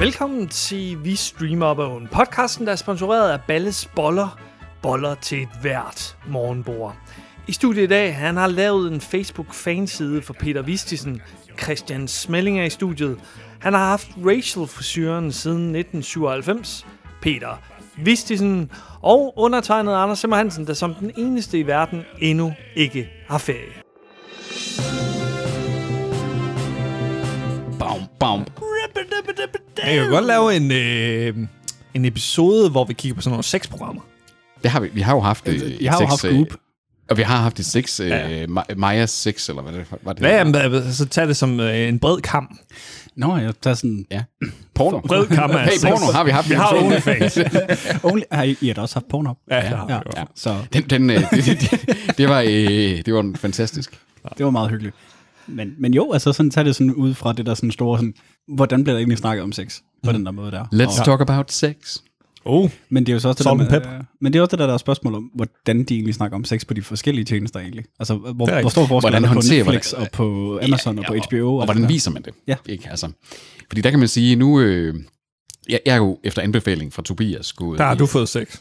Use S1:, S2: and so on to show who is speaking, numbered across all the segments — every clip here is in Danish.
S1: Velkommen til Vi Streamer Up Own, podcasten, der er sponsoreret af Balles Boller, boller til et hvert morgenbord. I studiet i dag, han har lavet en Facebook-fanside for Peter Vistisen. Christian Smelling er i studiet. Han har haft racial frisyren siden 1997. Peter Vistisen og undertegnet Anders Simmer Hansen, der som den eneste i verden endnu ikke har ferie.
S2: Bam, bam. Jeg kan godt lave en, øh, en episode, hvor vi kigger på sådan nogle sexprogrammer.
S3: Det har vi. Vi har jo haft øh,
S2: Jeg Altså, har jo
S3: seks,
S2: haft
S3: øh,
S2: Goop.
S3: Og vi har haft et sex, øh, ja. Maja 6, eller hvad det var. Det
S2: Hvad
S3: hedder?
S2: er det? Så tag det som øh, en bred kamp.
S4: Nå, jeg tager sådan...
S3: Ja. Porno.
S2: Bred kamp er
S3: Hey,
S2: sex.
S3: porno har vi haft.
S2: Vi har
S3: en episode.
S2: OnlyFans.
S4: Only, har I, I har da også haft Pornhub?
S2: ja, det har vi.
S4: ja. Så
S3: Den, den, øh, det, det, det, var, øh, det var en fantastisk.
S4: det var meget hyggeligt. Men, men jo, altså sådan tager det sådan ud fra det der sådan store sådan, hvordan bliver der egentlig snakket om sex på den der måde der?
S3: Let's talk about sex.
S2: Oh,
S4: Men det er jo så også
S2: Salt
S4: det der
S2: and
S4: med,
S2: pepper.
S4: øh, men det er også det der, der er spørgsmål om, hvordan de egentlig snakker om sex på de forskellige tjenester egentlig. Altså, hvor,
S2: rigtigt.
S4: hvor stor forskel
S3: Hvordan
S4: er der på
S3: håndterer-
S4: Netflix
S3: hvordan-
S4: og på Amazon og på HBO?
S3: Og,
S2: altså.
S3: og
S4: alt det
S3: hvordan
S4: der?
S3: viser man det?
S4: Ja.
S3: Ikke, altså. Fordi der kan man sige, nu... Øh, jeg, jeg er jo efter anbefaling fra Tobias gået...
S2: der har
S3: i-
S2: du fået sex.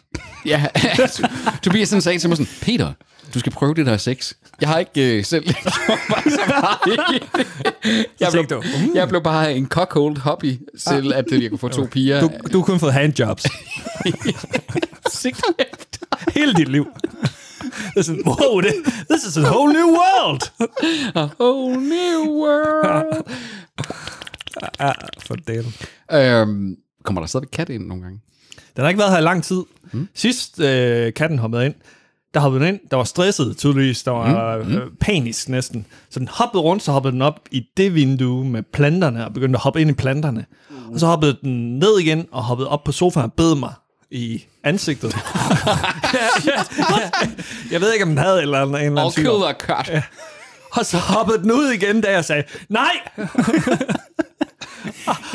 S3: Ja, Tobias han sagde til mig sådan, Peter, du skal prøve det der sex. Jeg har ikke øh, selv... jeg, blev,
S2: tænkte du, "Hmm." Ah.
S3: jeg blev bare en cockhold hobby til, at øh, jeg kunne få to piger.
S2: Du, du har kun fået handjobs
S3: sigt efter.
S2: hele dit liv. Det er sådan, wow, det, this is a whole new world.
S3: A whole new world.
S2: For damn.
S3: øhm, kommer der stadigvæk kat ind nogle gange?
S2: Den har ikke været her i lang tid. Mm. Sidst øh, katten hoppede ind, der hoppede den ind, der var stresset tydeligvis, der var mm. øh, panisk næsten. Så den hoppede rundt, så hoppede den op i det vindue med planterne, og begyndte at hoppe ind i planterne. Og så hoppede den ned igen, og hoppede op på sofaen og bed mig i ansigtet. jeg ved ikke, om den havde eller en, en eller anden
S3: Og
S2: sygdom.
S3: killer kat.
S2: Og så hoppede den ud igen, da jeg sagde, nej!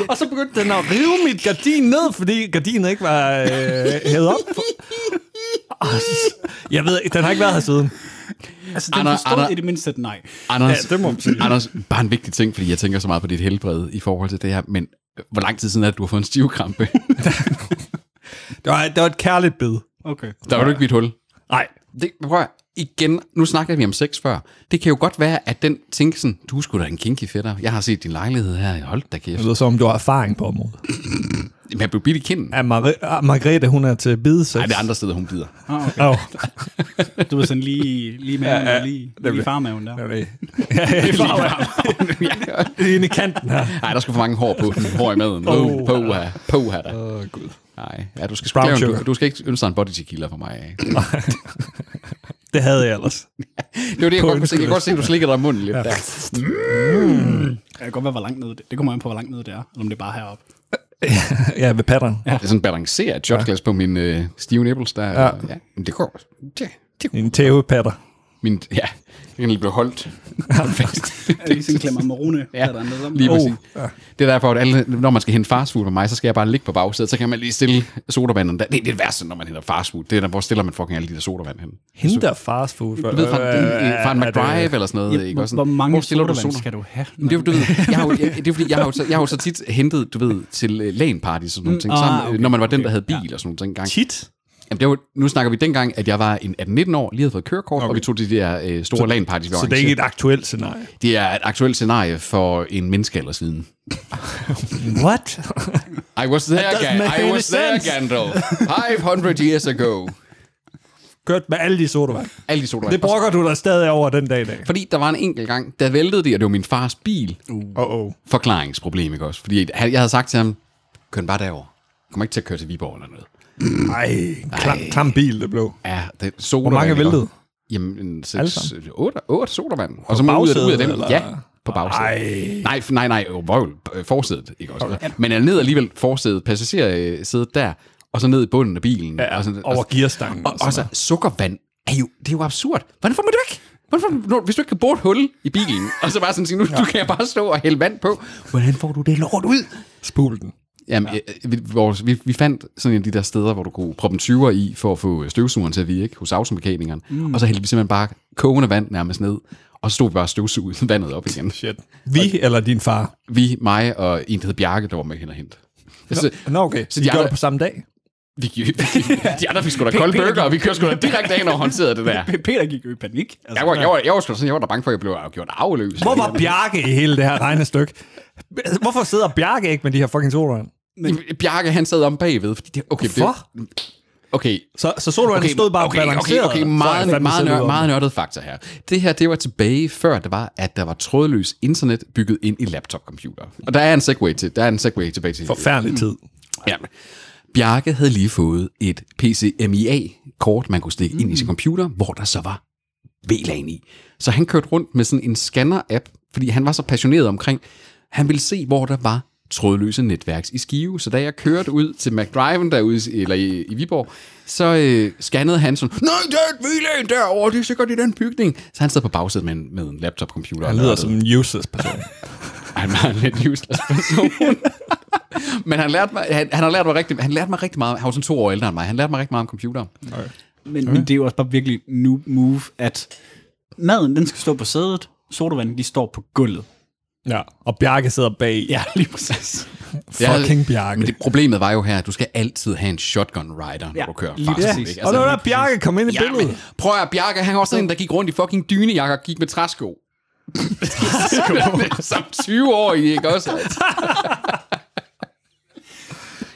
S2: og så begyndte den at rive mit gardin ned, fordi gardinet ikke var øh, hævet op. Og så- Jeg ved ikke, den har ikke været her siden.
S4: Altså, den
S3: Anna-
S4: forstod
S3: Anna-
S4: i det mindste, at nej.
S3: Anders,
S2: Ja, det må man sige.
S3: Anders, bare en vigtig ting, fordi jeg tænker så meget på dit helbred i forhold til det her, men øh, hvor lang tid siden er det, du har fået en stivkrampe?
S2: Det var, det var et kærligt bid.
S4: Okay.
S3: der var du ikke mit hul.
S2: Nej,
S3: Det, prøv at, igen, nu snakker vi om sex før. Det kan jo godt være, at den tænker sådan, du skulle da en kinky fætter. Jeg har set din lejlighed her. Hold da kæft.
S2: det lyder som om, du har erfaring på området.
S3: Men jeg blev bidt i kinden.
S2: Ja, Mar- ah, Margrethe, hun er til bidesex.
S3: Nej, det er andre steder, hun bider.
S4: Ah, okay.
S2: Oh.
S4: Du var sådan lige, lige med, ja, ja, lige, lige farmaven der.
S2: Det er inde i kanten her.
S3: Nej, der skulle for mange hår på den. Hår i maden. Oh,
S2: Åh.
S3: poha, poha da. Åh, oh, gud. Nej, ja, du skal, sgu
S2: Brown
S3: lave en,
S2: sugar.
S3: du, du skal ikke ønske dig en body tequila for mig. Det
S2: Det havde jeg ellers.
S3: var det, jeg
S2: På
S3: godt kunne se. Jeg kan godt se, at du slikker dig i munden lidt. Ja. Der.
S4: Jeg kan godt være, hvor langt nede det Det kommer an på, hvor langt nede det er. Eller om det er bare heroppe.
S2: Ja, ved pattern.
S3: Det er sådan balancerer et shotglas på min øh, stive nipples der. Ja. ja. Men det går. Det, det,
S2: En tævepatter.
S3: min, ja, jeg kan lige blive holdt. Holdt fast.
S4: Er det ikke sådan en klemmer marone, ja. der er dernede om?
S3: Lige
S4: Åh,
S3: præcis. Det er derfor, at alle, når man skal hente fastfood med mig, så skal jeg bare ligge på bagsædet, så kan man lige stille sodavanden. Der. Det, det er det værste, når man henter fastfood. Det er der, hvor stiller man fucking alle de der sodavand hen.
S2: Hende der fast food.
S3: Du ved, fra, øh, fra en
S2: er det-
S3: McDrive eller sådan noget.
S4: Ja,
S3: ikke?
S4: hvor,
S3: Også
S4: hvor
S3: sådan,
S4: mange
S3: hvor stiller du
S4: sodavand
S3: soda-
S4: skal du have?
S3: Men det, er jo- du ved, jeg har jo, jeg, det er fordi, jeg har jo så, jeg har jo så tit hentet, du ved, til øh, LAN-party, sådan nogle ting,
S4: ah,
S3: sammen, øh,
S4: okay,
S3: når man var den, der
S4: okay,
S3: havde bil og sådan nogle ting engang.
S2: Tit.
S3: Jamen, det var, nu snakker vi dengang, at jeg var en 18-19 år, lige havde fået kørekort, okay. og vi tog til de der øh, store LAN-parties, vi
S2: Så det er ikke et aktuelt scenarie.
S3: det er et aktuelt scenarie for en menneskealder siden.
S2: What?
S3: I was there,
S2: doesn't
S3: Gan-
S2: make
S3: I
S2: any
S3: was there
S2: sense.
S3: Gandalf. 500 years ago.
S2: Kørt med alle de sodavand.
S3: Alle de sodavand.
S2: Det brokker du dig stadig over den dag i dag.
S3: Fordi der var en enkelt gang, der væltede det, og det var min fars bil.
S2: Oh, oh.
S3: Forklaringsproblem, ikke også? Fordi han- jeg havde sagt til ham, kør den bare derover. Kommer ikke til at køre til Viborg eller noget.
S2: Ej, en klam, klam bil det blev.
S3: Ja, det sodavand.
S2: Hvor mange
S3: ikke
S2: væltede?
S3: også? Jamen,
S2: Alle
S3: 6, 8, 8 sodavand. Og så ud af, ud af
S2: bagsædet,
S3: dem.
S2: eller?
S3: Ja, på bagsædet. Nej, f- nej, nej, jo, vrøvl. Øh, Forsædet, ikke også? Okay. Men jeg ned alligevel forsædet, passagersædet der, og så ned i bunden af bilen. Ja, og altså, sådan,
S2: Over
S3: og,
S2: gearstangen.
S3: Og, og så sukkervand er jo, det er jo absurd. Hvordan får man det væk? Hvordan får, man- når, hvis du ikke kan bore et hul i bilen, og så bare sådan sige, nu du kan jeg bare stå og hælde vand på.
S2: altså.
S3: Hvordan får du det lort ud?
S2: spul den.
S3: Jamen, ja. vi, vores, vi, vi fandt sådan en af de der steder, hvor du kunne proppe en 20'er i, for at få støvsugeren til at virke hos automekanikeren. Mm. Og så hældte vi simpelthen bare kogende vand nærmest ned, og så stod vi bare og støvsugede vandet op igen.
S2: Shit. Vi eller din far?
S3: Vi, mig og en, der hed Bjarke, der var med hen og hente. Så,
S2: Nå, okay. Så de,
S3: de
S2: de gør
S3: andre-
S2: det på samme dag?
S3: vi, de andre fik sgu da kolde burger, og vi kørte sgu da direkte af, når håndterede det der.
S4: Peter gik jo i panik. altså.
S3: Jeg var, jeg var, jeg var sgu da sådan, jeg var da bange for, at jeg blev gjort arveløs.
S2: Hvor var Bjarke i hele det her regnestykke? Hvorfor sidder Bjarke ikke med de her fucking solvand?
S3: Men... Bjarke, han sad om bagved, fordi det, okay, det,
S2: Hvorfor?
S3: okay,
S2: Så, så solvand okay, stod bare
S3: okay, okay,
S2: balanceret.
S3: okay,
S2: så er jeg
S3: meget,
S2: fandme
S3: meget,
S2: selv ude
S3: nør,
S2: om
S3: meget nørdet fakta her. Det her, det var tilbage før det var, at der var trådløs internet bygget ind i laptopcomputer. Og der er en segway til, der er en segway tilbage
S2: det.
S3: til.
S2: Forfærdelig tid.
S3: Ja. Bjarke havde lige fået et PCMIA-kort, man kunne stikke mm. ind i sin computer, hvor der så var VLAN i. Så han kørte rundt med sådan en scanner-app, fordi han var så passioneret omkring, han ville se, hvor der var trådløse netværks i Skive. Så da jeg kørte ud til McDriven derude, i- eller i, i Viborg, så øh, scannede han sådan, nej, der er et VLAN derovre, det er sikkert i den bygning. Så han sad på bagsædet med en, med en laptop-computer. og
S2: Han lyder
S3: nørdede.
S2: som en useless person.
S3: Han var en lidt useless person. Men han lærte mig, han, han har lært mig rigtig, han lærte mig rigtig meget. Han var sådan to år ældre end mig. Han lærte mig rigtig meget om computer.
S4: Men, men det er jo også bare virkelig noob move, at maden, den skal stå på sædet, sodavandet, de står på gulvet.
S2: ja, og Bjarke sidder bag.
S4: Ja, lige præcis.
S2: Fucking Bjarke.
S3: Men det, problemet var jo her, at du skal altid have en shotgun rider, når
S4: Ja,
S3: du kører
S4: lige
S3: fast.
S2: Ja,
S4: præcis.
S3: ikke? Altså,
S2: og det var
S3: han-
S2: der, Bjarke kom ind i
S3: Ja,
S2: billedet.
S3: men prøv at høre, Bjarke, han var sådan en, der gik rundt i fucking dynejakker og gik med træsko. Som 20 år i, ikke også?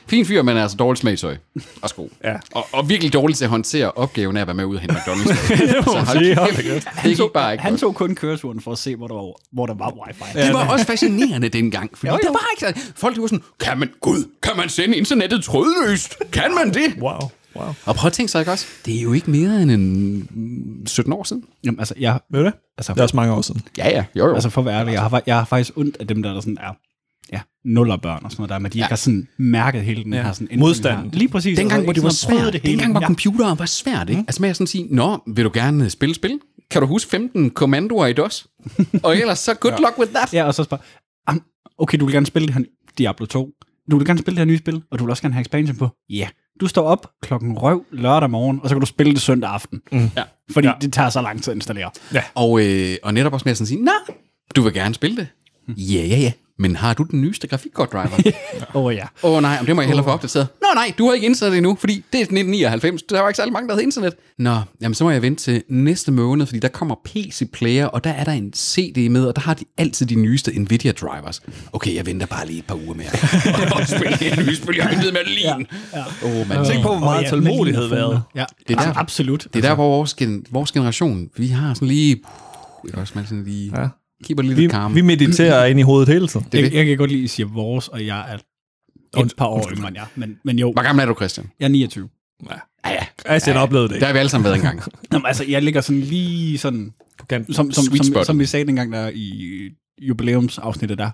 S3: fin fyr, men altså dårligt smag i tøj og sko.
S2: Ja.
S3: Og, og, virkelig dårligt til at håndtere opgaven af at være med ud og hente McDonald's.
S2: Det må man
S3: hold
S2: sige.
S3: kæft, det gik bare ikke
S4: Han
S3: godt.
S4: tog kun køreturen for at se, hvor der var, hvor der var wifi.
S3: Det var også fascinerende dengang, fordi
S4: Jo, jo.
S3: der var ikke så- Folk de var sådan, kan man, gud, kan man sende internettet trådløst? Kan man det?
S2: Wow, wow.
S3: Og prøv at tænke sig ikke også, det er jo ikke mere end en 17 år siden.
S4: Jamen, altså, jeg,
S2: Ved du det?
S4: Altså-
S2: det er også mange år siden.
S3: Ja, ja, jo, jo.
S4: altså for at være ærlig, jeg har, fa- jeg har faktisk ondt af dem, der, der sådan er ja, nullerbørn og sådan noget der, men de ikke har sådan mærket hele den ja. her sådan ændring
S2: Modstanden.
S4: Her. Lige præcis.
S3: dengang,
S4: altså,
S3: hvor det
S4: ikke
S3: var
S4: sådan prøvet
S3: svært.
S4: Det hele.
S3: dengang, hvor
S4: ja. Mm.
S3: computeren var svært, ikke? Altså med at sådan sige, nå, vil du gerne øh, spille spil? Kan du huske 15 kommandoer i DOS? Og ellers så good luck with that.
S4: Ja, og så spørger, "Am, okay, du vil gerne spille det her Diablo 2. Du vil gerne spille det her nye spil, og du vil også gerne have expansion på. Ja. Yeah. Du står op klokken røv lørdag morgen, og så kan du spille det søndag aften. Mm.
S3: Ja.
S4: Fordi ja. det tager så lang tid at installere.
S3: Og, øh, og netop også med at sådan sige, nå, du vil gerne spille det? Ja, ja, ja. Men har du den nyeste grafikkortdriver?
S4: Åh oh, Hm. ja.
S3: Åh oh, nej, men det må jeg hellere få opdateret. Nå nej, du har ikke internet endnu, fordi det er 1999. Der var ikke særlig mange, der havde internet. Nå, jamen så må jeg vente til næste måned, fordi der kommer PC Player, og der er der en CD med, og der har de altid de nyeste Nvidia drivers. Okay, jeg venter bare lige et par uger mere. og spille det her nye spil, jeg har ventet med lige. Ja, ja. Oh, man.
S2: Tænk på, hvor meget tålmodighed
S4: Malene
S2: været.
S4: Ja,
S3: Det
S4: det
S3: er
S4: er
S3: der-
S4: absolut.
S3: Det er der, hvor vores, gen- vores generation, vi har sådan lige... Puh, ikke også, man sådan lige... Ja. Keeper lidt
S2: Vi,
S3: i karmen.
S2: vi mediterer ind i hovedet hele tiden.
S3: det er
S4: jeg, jeg kan godt lide, at I siger vores, og jeg er et par år yngre end jer. Men, men jo,
S3: Hvor gammel er du, Christian?
S4: jeg er 29.
S2: Christian oplevede det
S3: Der
S2: ikke.
S3: har vi alle sammen været engang.
S4: Nå, men altså, jeg ligger sådan lige sådan,
S2: På kanten.
S4: som, som,
S3: Sweet
S4: som,
S3: spot.
S4: som vi sagde dengang der i jubilæumsafsnittet der.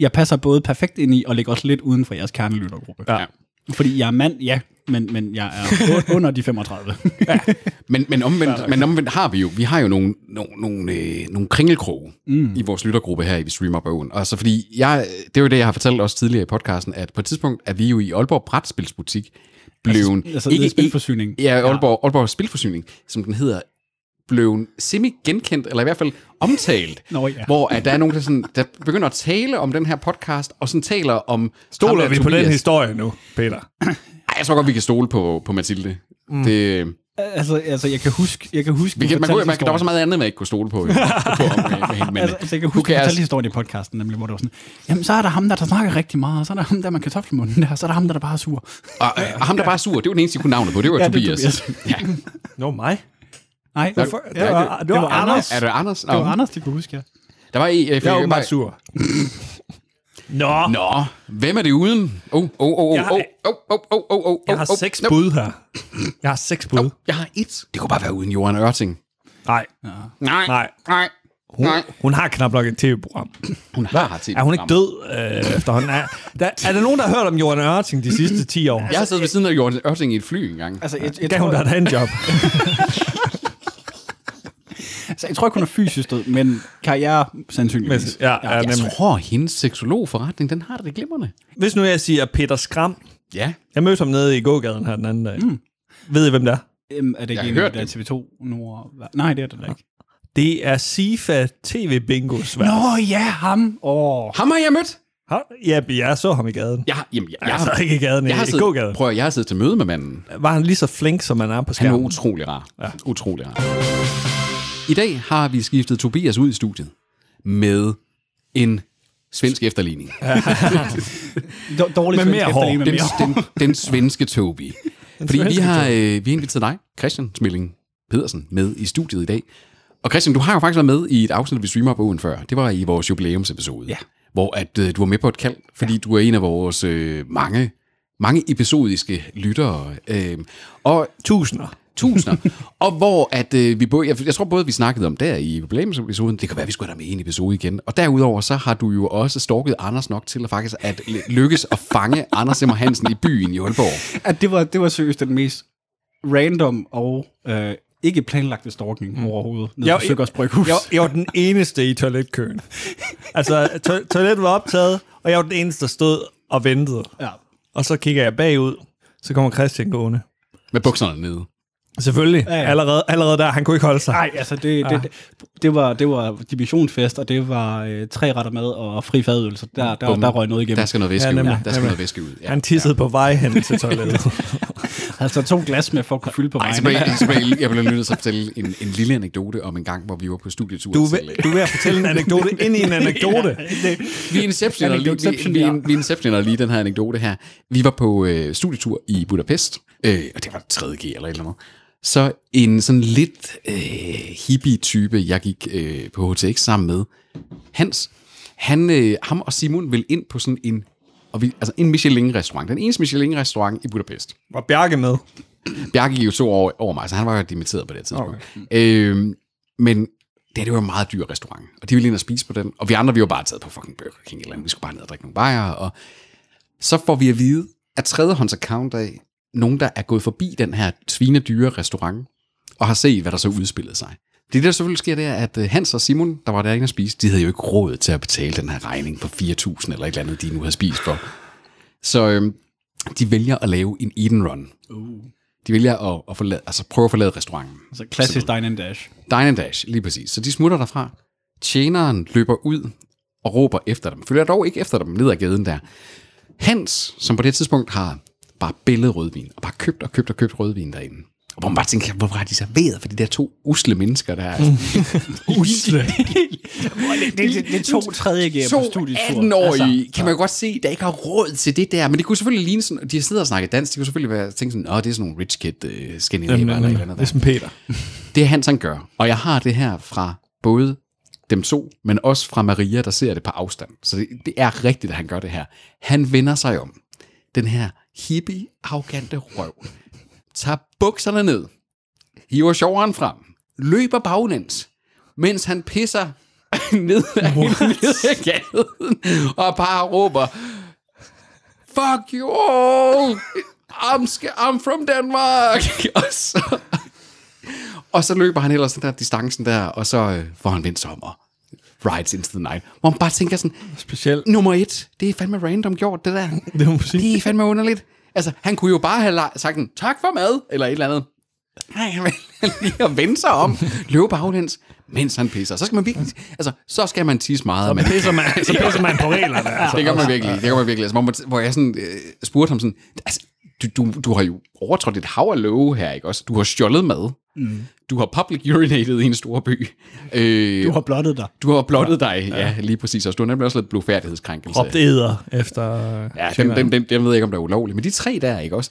S4: Jeg passer både perfekt ind i, og ligger også lidt uden for jeres kernelyttergruppe.
S2: Ja.
S4: Fordi jeg er mand, ja, men, men jeg er u- under de 35.
S3: Men, men, omvendt, men omvendt har vi jo, vi har jo nogle, nogle, nogle, øh, nogle kringelkroge mm. i vores lyttergruppe her i Streamer Bogen. Og så fordi, jeg, det er jo det, jeg har fortalt også tidligere i podcasten, at på et tidspunkt er vi jo i Aalborg Brætspilsbutik blevet...
S4: altså, det er spilforsyning.
S3: Ja, Aalborg, Aalborg Spilforsyning, som den hedder, blevet semi-genkendt, eller i hvert fald omtalt,
S4: Nå, ja.
S3: hvor at der er nogen, der, sådan, der begynder at tale om den her podcast, og sådan taler om... ham
S2: Stoler
S3: der
S2: vi på den
S3: Tobias.
S2: historie nu, Peter?
S3: Ej, jeg tror godt, vi kan stole på, på Mathilde. Mm. Det,
S4: altså, altså, jeg kan huske... Jeg kan huske
S3: Vi
S4: du
S3: kan, man
S4: fortalte
S3: kunne, man, der var
S4: historien.
S3: så meget andet, man ikke kunne stole på, jo, på om, med, med hende, men
S4: Altså, altså, jeg kan
S3: du
S4: huske, at fortalte
S3: altså-
S4: historien i podcasten, nemlig, hvor det var sådan, jamen, så er der ham der, der snakker rigtig meget, og så er der ham der med kartoffelmunden der, og så er der ham der, der bare er sur.
S3: og, og, ham, der bare er sur, det var den eneste, jeg kunne navnet på, det var
S4: Ja, det er
S3: Tobias. ja.
S2: Nå, mig?
S4: Nej, det
S2: var- det var- det var Anders.
S3: Er det Anders? Nå,
S4: Det var Anders, de kunne huske, ja.
S3: Der var en, jeg,
S2: Jeg er
S3: var
S2: åbenbart sur. Nå,
S3: Nå, hvem er det uden? Oh, oh, oh, oh,
S2: Jeg har-
S3: oh, oh, oh, oh, oh, oh,
S2: jeg har
S3: oh,
S2: seks
S3: nope.
S2: bud her. Jeg har seks bud.
S3: Jeg har et. Det kunne bare være uden Johan Ørting.
S2: Nej,
S3: Nej,
S2: Nej.
S3: nej,
S2: hun,
S3: nej.
S2: hun har knap nok et tv-program.
S3: Hun har til.
S2: Er hun ikke død øh, efterhånden? Er der, er der nogen, der har hørt om Johan Ørting de sidste 10 år?
S3: Jeg har siddet ved siden af Johan Ørting i et fly engang.
S4: Altså, jeg, jeg,
S2: Gav hun dig et handjob?
S4: Altså, jeg tror ikke, hun er fysisk død, men karriere sandsynligvis.
S2: Ja, ja,
S3: Jeg
S2: nemlig.
S3: tror, hendes seksologforretning, den har det, det glimrende.
S2: Hvis nu jeg siger Peter Skram,
S3: Ja.
S2: jeg mødte ham nede i gågaden her den anden dag. Mm. Ved I, hvem det er?
S4: Øhm, er det
S3: Jeg
S4: ikke
S3: har
S4: en, der
S3: hørt
S4: er TV2 Nord? Nej, det er det da ikke.
S2: Det er Sifa TV Bingo Svær.
S4: Nå ja, ham. Åh,
S3: Ham har jeg mødt.
S2: Har, ja, jeg så ham i gaden.
S3: Jeg, har- jamen, jeg, jeg,
S2: Jeg
S3: har,
S2: sad ikke i gaden,
S3: jeg, har
S2: Altså, i gågaden.
S3: siddet, prøv, at- jeg har siddet til møde med manden.
S2: Var han lige så flink, som han er på
S3: Han er
S2: skærmen?
S3: utrolig rar. Ja. Utrolig rar. I dag har vi skiftet Tobias ud i studiet med en svensk efterligning.
S4: Dårligt
S2: Med mere hår.
S4: Med
S3: den,
S4: mere hår.
S3: den, den svenske Tobi. Fordi vi
S2: svenske
S3: har, øh, vi har inviteret dig, Christian Smilling Pedersen, med i studiet i dag. Og Christian, du har jo faktisk været med i et afsnit, vi streamer på ugen før. Det var i vores jubilæumsepisode.
S4: Ja.
S3: Hvor at, øh, du var med på et kald, fordi ja. du er en af vores øh, mange, mange episodiske lyttere. Øh, og
S2: Tusinder.
S3: tusinder. og hvor at øh, vi både, jeg, jeg tror både, vi snakkede om der i jubilæumsepisoden, det kan være, vi skulle have dig med i en episode igen. Og derudover, så har du jo også stalket Anders nok til at faktisk at lykkes at fange Anders Simmer Hansen i byen i Aalborg.
S4: At det var, det var seriøst den mest random og øh, ikke planlagte stalking mm. overhovedet. Nede
S2: Jeg-
S4: på Søgers Bryghus.
S2: Jeg, jeg var den eneste i toiletkøen. Altså, to, toilettet var optaget, og jeg var den eneste, der stod og ventede.
S4: Ja.
S2: Og så kigger jeg bagud, så kommer Christian gående.
S3: Med bukserne nede.
S2: Selvfølgelig.
S4: Ja, ja.
S2: Allerede, allerede der, han kunne ikke holde sig.
S4: Nej, altså det, det, det, det, var, det var divisionsfest, og det var øh, tre retter mad og fri fadøl, så der, der,
S3: Bum.
S4: Mm. der røg noget igennem.
S3: Der skal noget væske
S2: Ja,
S3: ja, ud.
S2: nemlig.
S3: Der skal
S2: Nemlig.
S3: noget væske ud. Ja.
S2: Han tissede på vej hen til toilettet.
S4: Altså to glas med for at kunne fylde på
S3: Ej,
S4: vejen.
S3: så blev, jeg, så blev jeg, jeg blev nødt til at fortælle en, en lille anekdote om en gang, hvor vi var på studietur.
S2: Du, er
S3: til- øh,
S2: ved- du er ved at fortælle en anekdote ind i en anekdote.
S3: vi inceptioner lige, vi,
S4: Anekdoteception,
S3: vi,
S4: ja.
S3: vi inceptioner lige den her anekdote her. Vi var på øh, studietur i Budapest, øh, og det var 3.G eller et eller andet. Så en sådan lidt øh, hippie-type, jeg gik øh, på HTX sammen med, Hans, han, øh, ham og Simon vil ind på sådan en, og vi, altså en Michelin-restaurant. Den eneste Michelin-restaurant i Budapest.
S2: Var Bjarke med?
S3: Bjarke gik jo to år over mig, så han var jo dimitteret på det tidspunkt. Okay. Øhm, men det, det var en meget dyr restaurant, og de ville ind og spise på den. Og vi andre, vi var bare taget på fucking Burger King eller andet. Vi skulle bare ned og drikke nogle bajer. Og så får vi at vide, at tredjehånds account af nogen, der er gået forbi den her svinedyre restaurant, og har set, hvad der så udspillede sig. Det, der selvfølgelig sker, det er, at øh, Hans og Simon, der var derinde at spise, de havde jo ikke råd til at betale den her regning på 4.000 eller et eller andet, de nu har spist for. Så øhm, de vælger at lave en eat and run. De vælger at, at forlade, altså prøve at forlade restauranten.
S4: Så Altså, klassisk dine and dash.
S3: Dine and Dash, lige præcis. Så de smutter derfra. Tjeneren løber ud og råber efter dem. Følger dog ikke efter dem ned ad gaden der. Hans, som på det tidspunkt har bare billedet rødvin, og bare købt og købt og købt rødvin derinde. Og hvor man bare tænker, hvorfor har de serveret for de der to usle mennesker, der Altså, er
S2: Usle.
S4: Det, det, det er to tredje gear på
S3: to
S4: studietur.
S3: 18-årige, altså, kan man jo godt se, der ikke har råd til det der. Men det kunne selvfølgelig ligne sådan, de sidder og snakker dansk, de kunne selvfølgelig være, tænke sådan, åh, det er sådan nogle rich kid øh, skandinaver eller et eller andet. der."
S2: Ligesom Peter.
S3: Det er Hans, han gør. Og jeg har det her fra både dem to, men også fra Maria, der ser det på afstand. Så det, det er rigtigt, at han gør det her. Han vender sig om. Den her hippie, arrogante røv. Tager bukserne ned. Hiver sjoveren frem. Løber baglæns. Mens han pisser ned ad, ned ad gaden. Og bare råber, Fuck you all! I'm, sca- I'm from Denmark! Og så og så løber han ellers den der distancen der, og så øh, får han vendt sig om og rides into the night. Hvor man bare tænker sådan,
S2: Specielt.
S3: nummer et, det er fandme random gjort, det der.
S2: Det må man sige.
S3: Det er fandme underligt. Altså, han kunne jo bare have la- sagt en, tak for mad, eller et eller andet. Nej, han vil lige at vende sig om, løbe baglæns, mens han pisser. Så skal man virkelig, altså, så skal man tisse meget. Men
S2: Pisser man, så pisser man på reglerne. Altså.
S3: det gør man virkelig, det gør man virkelig. Altså, hvor, man, hvor jeg sådan, øh, spurgte ham sådan, altså, du, du, du har jo overtrådt et hav af love her, ikke også? Du har stjålet mad. Mm. Du har public urinated i en stor by. Øh,
S4: Du har blottet dig.
S3: du har blottet dig, ja, ja lige præcis. Og du har nemlig også lidt blodfærdighedskrænkelse.
S2: Råbt æder efter...
S3: Ja, dem, dem, dem, dem ved jeg ikke, om der er ulovligt. Men de tre der, ikke også?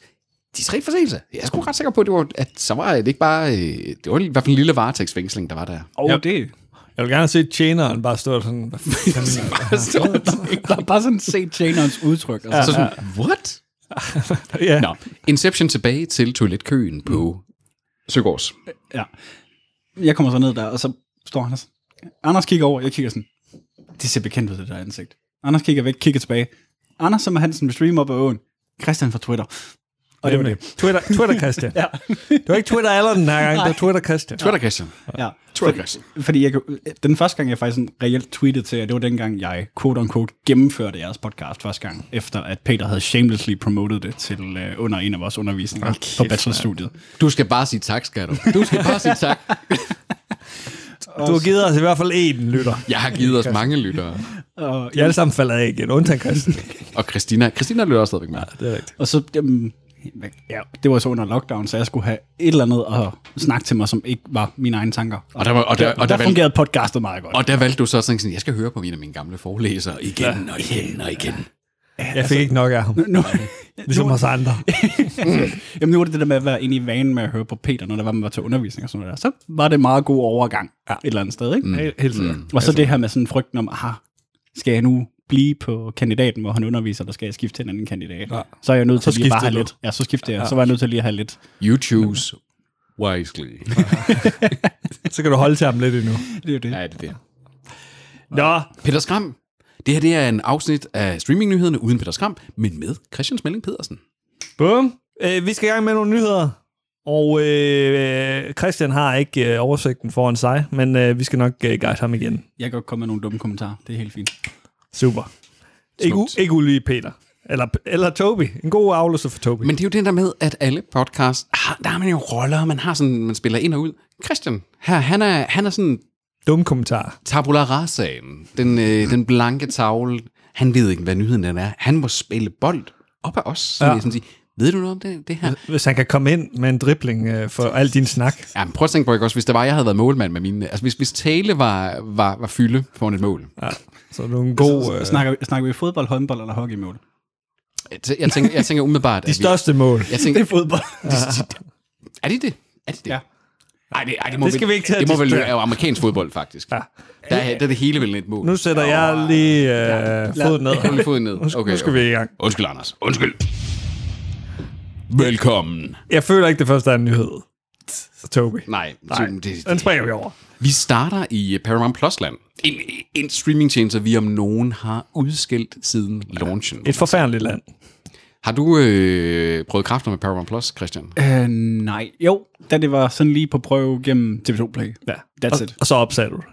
S3: De tre forseelser. Jeg er sgu ret sikker på, at, det var, at så var det ikke bare... øh, Det var i hvert fald en lille varetægtsfængsling, der var der.
S4: Og
S2: Yep.
S4: det
S2: Jeg vil gerne se tjeneren bare stå sådan... "Hvad fanden er
S4: der er bare sådan set tjenerens udtryk. Altså.
S3: Så sådan, what?
S2: det?" Ja.
S3: Nå, Inception tilbage til toiletkøen på Søgårds.
S4: Ja. Jeg kommer så ned der, og så står han og sådan. Anders kigger over, jeg kigger sådan. Det ser bekendt ud, det der ansigt. Anders kigger væk, kigger tilbage. Anders som er Hansen med stream op ad åen. Christian fra Twitter. Og det var det.
S2: Twitter, Twitter Christian. ja. Det var ikke Twitter eller den her gang, det var Twitter Christian.
S3: Twitter, Christian.
S4: Ja.
S3: Twitter, Christian.
S4: Fordi jeg, kan- den første gang, jeg faktisk sådan reelt tweetede til jer, det var dengang, jeg quote on quote gennemførte jeres podcast første gang, efter at Peter havde shamelessly promoted det til uh, under en af vores undervisninger okay, på bachelorstudiet.
S3: Du skal bare sige tak, skat. Du skal bare sige tak.
S2: Du har givet os i hvert fald én lytter.
S3: Jeg har givet os mange lyttere.
S4: Og,
S2: De er alle sammen faldet af igen, undtagen Christian.
S3: Og Christina, Christina lytter også stadigvæk med.
S2: det er rigtigt.
S4: og så, jamen, ja, det var så under lockdown, så jeg skulle have et eller andet at snakke til mig, som ikke var mine egne tanker.
S3: Og der, var, og der, og der,
S4: der
S3: valgte,
S4: fungerede podcastet meget godt.
S3: og der valgte du så sådan, sådan, jeg skal høre på mine af mine gamle forelæsere igen og igen og igen.
S2: Jeg fik ikke nok af ham,
S4: nu,
S2: ligesom os andre.
S4: Jamen nu var det det der med at være inde i vanen med at høre på Peter, når der var, man var til undervisning og sådan noget der. Så var det en meget god overgang ja. et eller andet sted, ikke? Mm.
S2: Helt sikkert.
S4: Og så det her med sådan frygten om, aha, skal jeg nu blive på kandidaten, hvor han underviser, eller skal jeg skifte til en anden kandidat? Ja. Så er jeg nødt til
S2: Så
S4: lige bare at
S2: skifter
S4: have
S2: du.
S4: lidt. Ja, så skifter jeg. Så var jeg nødt til lige at have lidt.
S3: You choose wisely.
S2: Mm. Så kan du holde til ham lidt endnu.
S4: Det er jo det.
S3: Ja, det er det.
S2: Nå,
S3: Peter Skram. Det her det er en afsnit af streamingnyhederne uden Peter Skram, men med Christian Smelling Pedersen.
S2: Bum. Øh, vi skal i gang med nogle nyheder. Og øh, Christian har ikke øh, oversigten foran sig, men øh, vi skal nok øh, guide ham igen.
S4: Jeg kan godt komme med nogle dumme kommentarer. Det er helt fint.
S2: Super. Ikke, u- ikke ulige Peter. Eller, eller Toby. En god afløser for Toby.
S3: Men det er jo det der med, at alle podcasts, har, der har man jo roller, man har sådan, man spiller ind og ud. Christian, her, han er, han er sådan
S2: Dum kommentar.
S3: tabula rasaen, den, øh, den blanke tavle. Han ved ikke, hvad nyheden den er. Han må spille bold op af os, som ja. jeg sådan sige, ved du noget om det, det her?
S2: Hvis han kan komme ind med en dribling øh, for al din snak.
S3: Ja, men prøv at tænke på, ikke også, hvis det var, jeg havde været målmand med mine... Altså, hvis, hvis tale var, var, var fylde foran et mål.
S2: Ja. Så er du en god...
S4: Så
S2: Øh,
S4: snakker, vi, snakker vi fodbold, håndbold eller hockeymål?
S3: Jeg tæ- Jeg tænker, jeg tænker umiddelbart...
S2: de
S3: at vi-
S2: største mål.
S3: Jeg tænker,
S4: fodbold.
S3: er de det? Er de det?
S4: Ja.
S3: Ej, det, ej, det, må
S2: Det skal
S3: vel,
S2: vi ikke til at
S3: Det må vel
S2: diskutere.
S3: være jo amerikansk fodbold, faktisk. Ja. Der, er, der er det hele vel et mål.
S2: Nu sætter jeg lige øh, foden ned.
S3: Hold lige foden ned. Okay,
S2: Nu skal vi i gang.
S3: Undskyld, Anders. Undskyld. Velkommen.
S2: Jeg føler ikke, det første er en nyhed. Toby.
S3: Nej,
S2: Nej.
S3: Det, det,
S2: Den springer vi over.
S3: Vi starter i øh, Paramount Plus-land. En, en streamingtjeneste, vi om nogen har udskilt siden launchen.
S2: Et forfærdeligt land.
S3: Har du øh, prøvet kræfter med Paramount Plus, Christian?
S4: Øh, nej. Jo, da det var sådan lige på prøve gennem TV2 Play.
S2: Ja.
S4: That's
S2: Og,
S4: it.
S2: og så opsagde du det.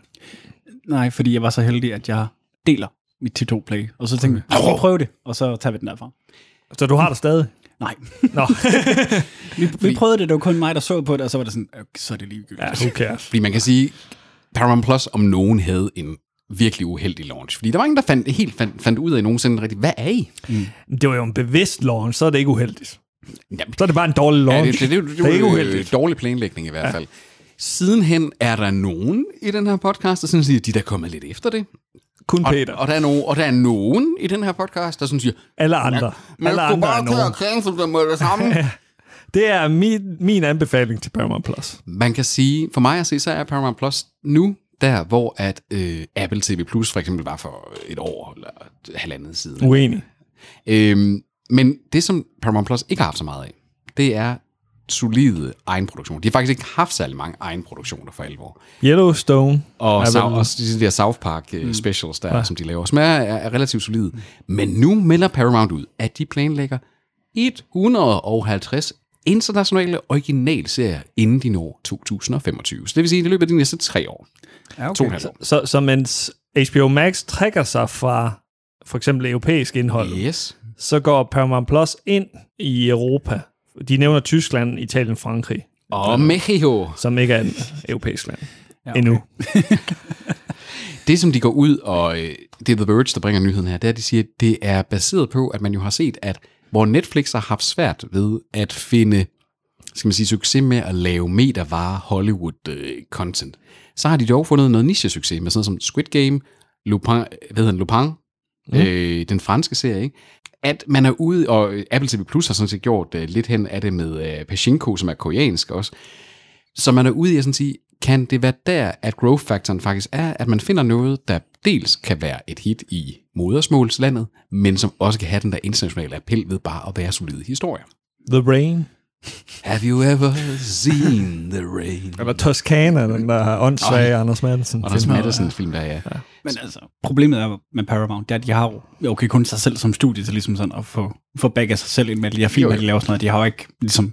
S4: Nej, fordi jeg var så heldig, at jeg deler mit TV2 Play. Og så tænkte jeg, vi prøve det, og så tager vi den derfra.
S2: Så du har det stadig?
S4: Nej.
S2: Nå,
S4: Vi, vi prøvede det, det var kun mig, der så på det, og så var det sådan, okay, så er det ligegyldigt.
S2: ja, who cares?
S3: Fordi man kan sige, Paramount Plus om nogen havde en virkelig uheldig launch. Fordi der var ingen, der fandt, helt fandt, fandt ud af nogensinde rigtigt, hvad er I?
S2: Det var jo en bevidst launch, så er det ikke uheldigt.
S3: Jamen,
S2: Så er det bare en dårlig
S3: Ja,
S2: launch.
S3: det, det, det, det,
S2: er ikke
S3: øh,
S2: uheldigt.
S3: Dårlig planlægning i hvert fald. Sidenhen er der nogen i den her podcast, der sådan siger, de der kommer lidt efter det.
S2: Kun
S3: Og,
S2: Peter.
S3: og, der er nogen, og der er nogen i den her podcast, der sådan siger,
S2: Alle andre. Alle andre er nogen.
S3: cancel dem med det samme.
S2: Det er min, min anbefaling til Paramount Plus.
S3: Man kan sige, for mig at se, så er Paramount Plus nu der, hvor at øh, Apple TV Plus for eksempel var for et år eller et halvandet siden.
S2: Uenig.
S3: Øhm, men det, som Paramount Plus ikke har haft så meget af, det er solide egenproduktioner. De har faktisk ikke haft særlig mange egenproduktioner for alvor.
S2: Yellowstone.
S3: Og
S2: er
S3: South,
S2: vel-
S3: også de der South Park mm. specials, der, ja. som de laver, som er, er, er relativt solide. Men nu melder Paramount ud, at de planlægger 150 internationale originalserier, inden de når 2025. Så det vil sige, at i løbet af de næste tre år.
S4: Ja,
S3: To og et halvt år.
S2: Så, så mens HBO Max trækker sig fra for eksempel europæisk indhold, yeah.
S3: Yes.
S2: så går Paramount Plus ind i Europa. De nævner Tyskland, Italien, Frankrig,
S3: Og Mexico.
S2: som ikke er en europæisk land ja, okay. endnu.
S3: Det, som de går ud, og øh, det er The Verge, der bringer nyheden her, det er, at de siger, at det er baseret på, at man jo har set, at hvor Netflix har haft svært ved at finde, skal man sige, succes med at lave metervare Hollywood-content, så har de dog fundet noget niche-succes med sådan noget som Squid Game, Lupin, hvad hedder den, Lupin, mm. øh, den franske serie, ikke? at man er ude, og øh, Apple TV Plus har sådan set gjort øh, lidt hen af det med øh, Pachinko, som er koreansk også, så man er ude i at sådan sige, kan det være der, at growth factoren faktisk er, at man finder noget, der dels kan være et hit i modersmålslandet, men som også kan have den der internationale appel ved bare at være solide historier.
S2: The Rain.
S3: Have you ever seen the rain?
S2: Eller Toscana, den der åndssvage Anders Madsen.
S3: Anders
S2: film.
S3: Maddelsen film der, ja.
S4: Men altså, problemet er med Paramount, det er, at de har jo okay, kun sig selv som studie til ligesom sådan at få, få back af sig selv ind med alle de her film,
S3: Jo, jo.
S4: de laver sådan noget. De har jo ikke ligesom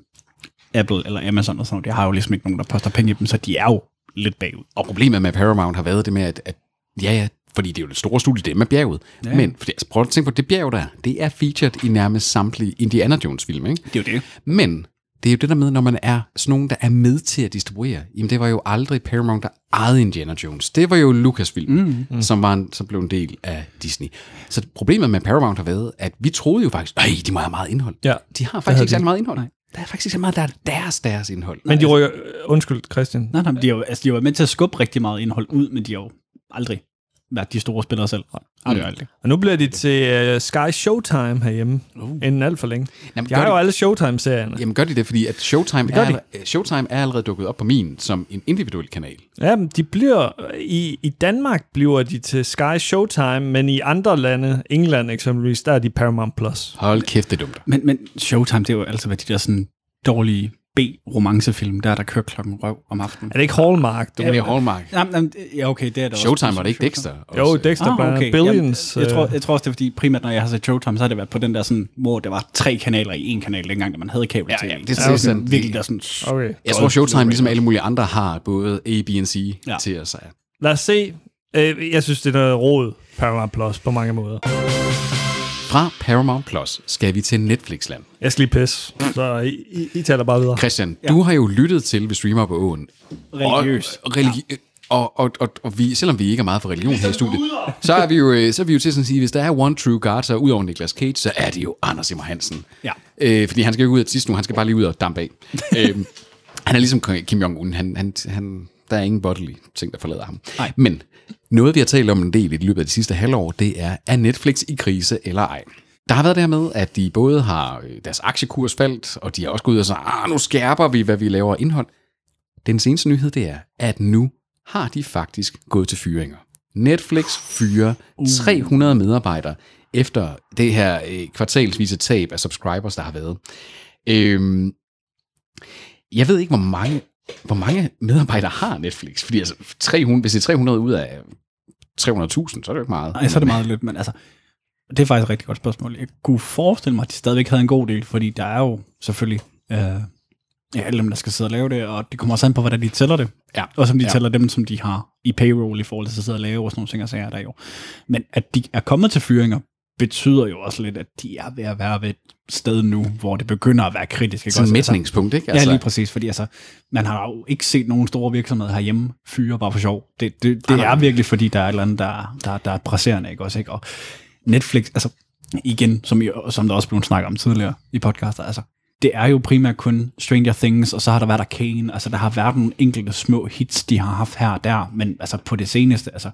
S4: Apple eller Amazon og sådan noget. De har jo ligesom ikke nogen, der poster penge i dem, så de er jo lidt bagud.
S3: Og problemet med Paramount har været det med, at, at ja, ja, fordi det er jo det store studie, det er med bjerget. Ja. Men fordi, altså, prøv at tænke på, det bjerg der, er, det er featured i nærmest samtlige Indiana Jones film, ikke?
S4: Det er jo det.
S3: Men Det er jo det der med, når man er sådan nogen, der er med til at distribuere. Jamen det var jo aldrig Paramount, der ejede Indiana Jones. Det var jo Lucasfilm, mm, mm. Som, var en, som blev en del af Disney. Så problemet med Paramount har været, at vi troede jo faktisk, nej, de må have meget indhold.
S2: Ja,
S3: de har
S2: havde
S3: faktisk ikke
S2: de.
S3: særlig meget indhold. Nej. Der er faktisk ikke så meget, der er deres, deres indhold.
S2: Men de rykker... øh, Undskyld, Christian.
S4: Nej, nej, men de har jo altså, de har været med til at skubbe rigtig meget indhold ud, men de har jo aldrig været de store spillere selv. Nej, det har de jo aldrig.
S2: Og nu bliver de til uh, Sky Showtime herhjemme, uh. inden alt for længe.
S3: Jamen,
S2: Jeg
S3: gør
S2: har jo
S3: det-
S2: alle Showtime-serierne.
S3: Jamen gør de det, fordi at Showtime,
S2: gør
S3: er, øh, Showtime er allerede dukket op på min som en individuel kanal.
S2: Ja, men de bliver, i, i Danmark bliver de til Sky Showtime, men i andre lande, England eksempelvis, der er de Paramount+. Plus.
S3: Hold kæft, det er dumt.
S4: Men, men Showtime, det er jo altid været de der sådan dårlige B-romancefilm, der er der kører klokken røv om aftenen.
S2: Er det ikke Hallmark? Du?
S3: Ja, det er Hallmark.
S4: Jamen, jamen, ja, okay, det er det også.
S3: Showtime var det ikke Dexter?
S2: Jo,
S3: Også, øh,
S2: Dexter, ah, okay. Billions.
S4: Jamen, jeg, tror,
S2: øh,
S4: jeg tror også, det er fordi, primært når jeg har set Showtime, så har det været på den der sådan, hvor der var tre kanaler i en kanal dengang, da man havde kabel
S3: Ja,
S4: til.
S3: ja, det er
S4: sådan
S3: sådan-
S4: Virkelig der sådan...
S2: øh, okay.
S3: Jeg tror, Showtime, ligesom alle mulige andre, har både A, B og C ja.
S4: Ja.
S3: til at sejre.
S2: Lad os se. Øh, Jeg synes, det er noget råd, Paramount Plus, på mange måder.
S3: Fra Paramount Plus skal vi til Netflixland.
S2: Jeg skal lige pisse, så I, I, I taler bare videre.
S3: Christian, ja. du har jo lyttet til, vi streamer på åen.
S4: Religiøs.
S3: Og, religi- og, og, og, og vi, selvom vi ikke er meget for religion her i studiet, så er vi jo, øh, så er vi jo til sådan at sige, hvis der er one true God, så ud over Niklas Cage, så er det jo Anders Simmer Hansen.
S4: Ja.
S3: Øh, fordi han skal jo ikke ud af sidst nu, han skal bare lige ud og dampe af. øhm, han er ligesom Kim Jong-un, han, han, han, der er ingen bodily ting, der forlader ham. Nej. Men noget, vi har talt om en del i løbet af de sidste halvår, det er, er Netflix i krise eller ej? Der har været det her med, at de både har øh, deres aktiekurs faldt, og de har også gået ud og sagt, "Ah, nu skærper vi, hvad vi laver af indhold. Den seneste nyhed, det er, at nu har de faktisk gået til fyringer. Netflix fyrer
S4: Uh.
S3: 300 medarbejdere efter det her øh, kvartalsvise tab af subscribers, der har været. Øhm, jeg ved ikke, hvor mange, hvor mange medarbejdere har Netflix. Fordi altså, 300, hvis det er 300 ud af 300.000, så er det jo ikke meget.
S4: Nej, så er det meget lidt, men altså, det er faktisk et rigtig godt spørgsmål. Jeg kunne forestille mig, at de stadigvæk havde en god del, fordi der er jo selvfølgelig øh, ja, alle dem, der skal sidde og lave det, og det kommer også an på, hvordan de tæller det.
S3: Ja.
S4: Og som de
S3: Ja.
S4: ja. tæller dem, som de har i payroll i forhold til at sidde og lave, og sådan nogle ting og sager der er jo. Men at de er kommet til fyringer, betyder jo også lidt, at de er ved at være ved et sted nu, hvor det begynder at være kritisk. ikke
S3: Sådan et
S4: også? Altså,
S3: mætningspunkt, ikke?
S4: Ja, lige præcis, fordi altså, man har jo ikke set nogen store virksomheder herhjemme fyre bare for sjov. Det, det, det er virkelig, fordi der er et eller andet, der, der, der er presserende, ikke også? Ikke? Og Netflix, altså igen, som, I, som der også blev snakket om tidligere i podcaster, altså, det er jo primært kun Stranger Things, og så har der været Arcane, altså der har været nogle enkelte små hits, de har haft her og der, men altså på det seneste, altså,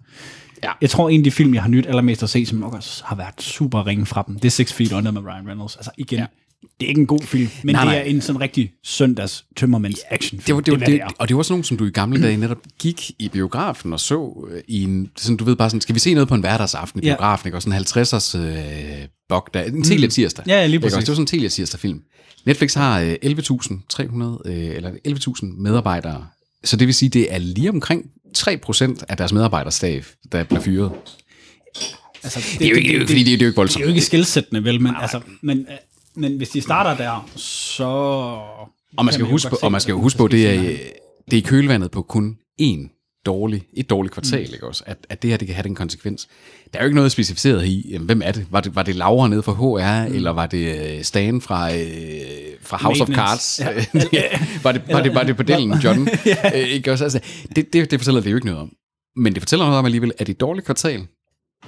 S3: Ja.
S4: jeg tror en af de film, jeg har nyt allermest at se, som nok også har været super ringe fra dem, det er Six Feet Under med Ryan Reynolds. Altså igen,
S3: Ja.
S4: ja. det er ikke en god film, men
S3: Nej,
S4: nej, det
S3: nej.
S4: er en sådan rigtig søndags tømmermænds action
S3: Det var, det, var, det,
S4: det,
S3: det,
S4: er, hvad
S3: og det var sådan nogle, som du i gamle dage netop gik i biografen og så øh, i en, sådan, du ved bare sådan, skal vi se noget på en hverdagsaften i
S4: Ja.
S3: biografen, ikke? Og sådan en 50'ers øh, bok der, en Telia tirsdag.
S4: Ja, ja, lige
S3: Ikke også?
S4: præcis.
S3: Det var sådan en Telia tirsdag film. Netflix har øh, 11.300, øh, eller 11.000 medarbejdere, så det vil sige, det er lige omkring 3% af deres medarbejderstaf, der bliver fyret.
S4: det er. Altså, det,
S3: Det er jo ikke, det, er jo ikke- fordi det, er- det er jo ikke
S4: det
S3: voldsomt.
S4: er jo ikke skilsættende, vel, men, altså, men, øh, men hvis de starter der, så...
S3: Og man skal, jo huske på, og man skal jo huske
S4: Altså,
S3: på, det er, øh, det er i kølvandet på kun én dårlig, et dårligt kvartal, mm. ikke også? At, at det her, det kan have den konsekvens. Der er jo ikke noget specificeret i, jamen, hvem er det? Var det, var det Laura nede fra HR, mm. eller var det øh, Stan fra, øh, fra House of
S4: Maintenance.
S3: Cards? Ja. var, det, var, det, var det på delen, John? ja. øh, ikke også? Altså, det, det, det fortæller det jo ikke noget om. Men det fortæller noget om alligevel, at et dårligt kvartal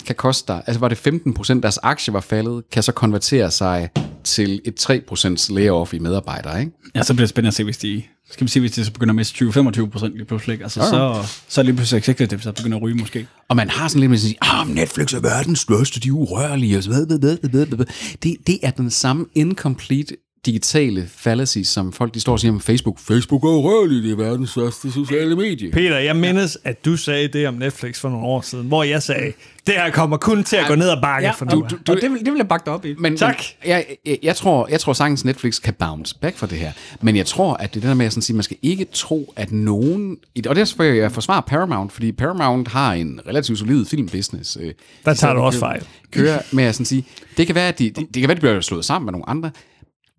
S3: kan koste dig, altså var det 15 procent, deres aktie var faldet, kan så konvertere sig til et 3 procents layoff i medarbejdere, ikke?
S4: Ja, så bliver det spændende at se, hvis de... Skal vi se, hvis de så begynder at miste 20-25 procent lige pludselig, ikke? altså, så, så er lige pludselig executive, så begynder at ryge måske.
S3: Og man har sådan lidt med at sige, ah, men Netflix er verdens største, de er urørlige, og så ved, ved, ved, ved, ved, ved, ved. Det, det er den samme incomplete digitale fallacy, som folk de står og siger om Facebook. Facebook er urørlige, det er verdens største sociale medie.
S2: Peter, jeg mindes, at du sagde det om Netflix for nogle år siden, hvor jeg sagde, det her kommer kun til at gå ned ad bakke ja, for nu. af."
S4: og det vil, det vil jeg bakke dig op i.
S3: Men,
S2: Tak.
S3: Men, jeg, jeg, jeg, tror, jeg tror sagtens, Netflix kan bounce back for det her. Men jeg tror, at det er det der med at sådan sige, man skal ikke tro, at nogen... Og det er selvfølgelig, jeg forsvarer Paramount, fordi Paramount har en relativt solid filmbusiness. Øh,
S2: Der tager du også fejl.
S3: kører med at sådan sige, det kan være, at de, det, det kan være, de bliver slået sammen med nogle andre,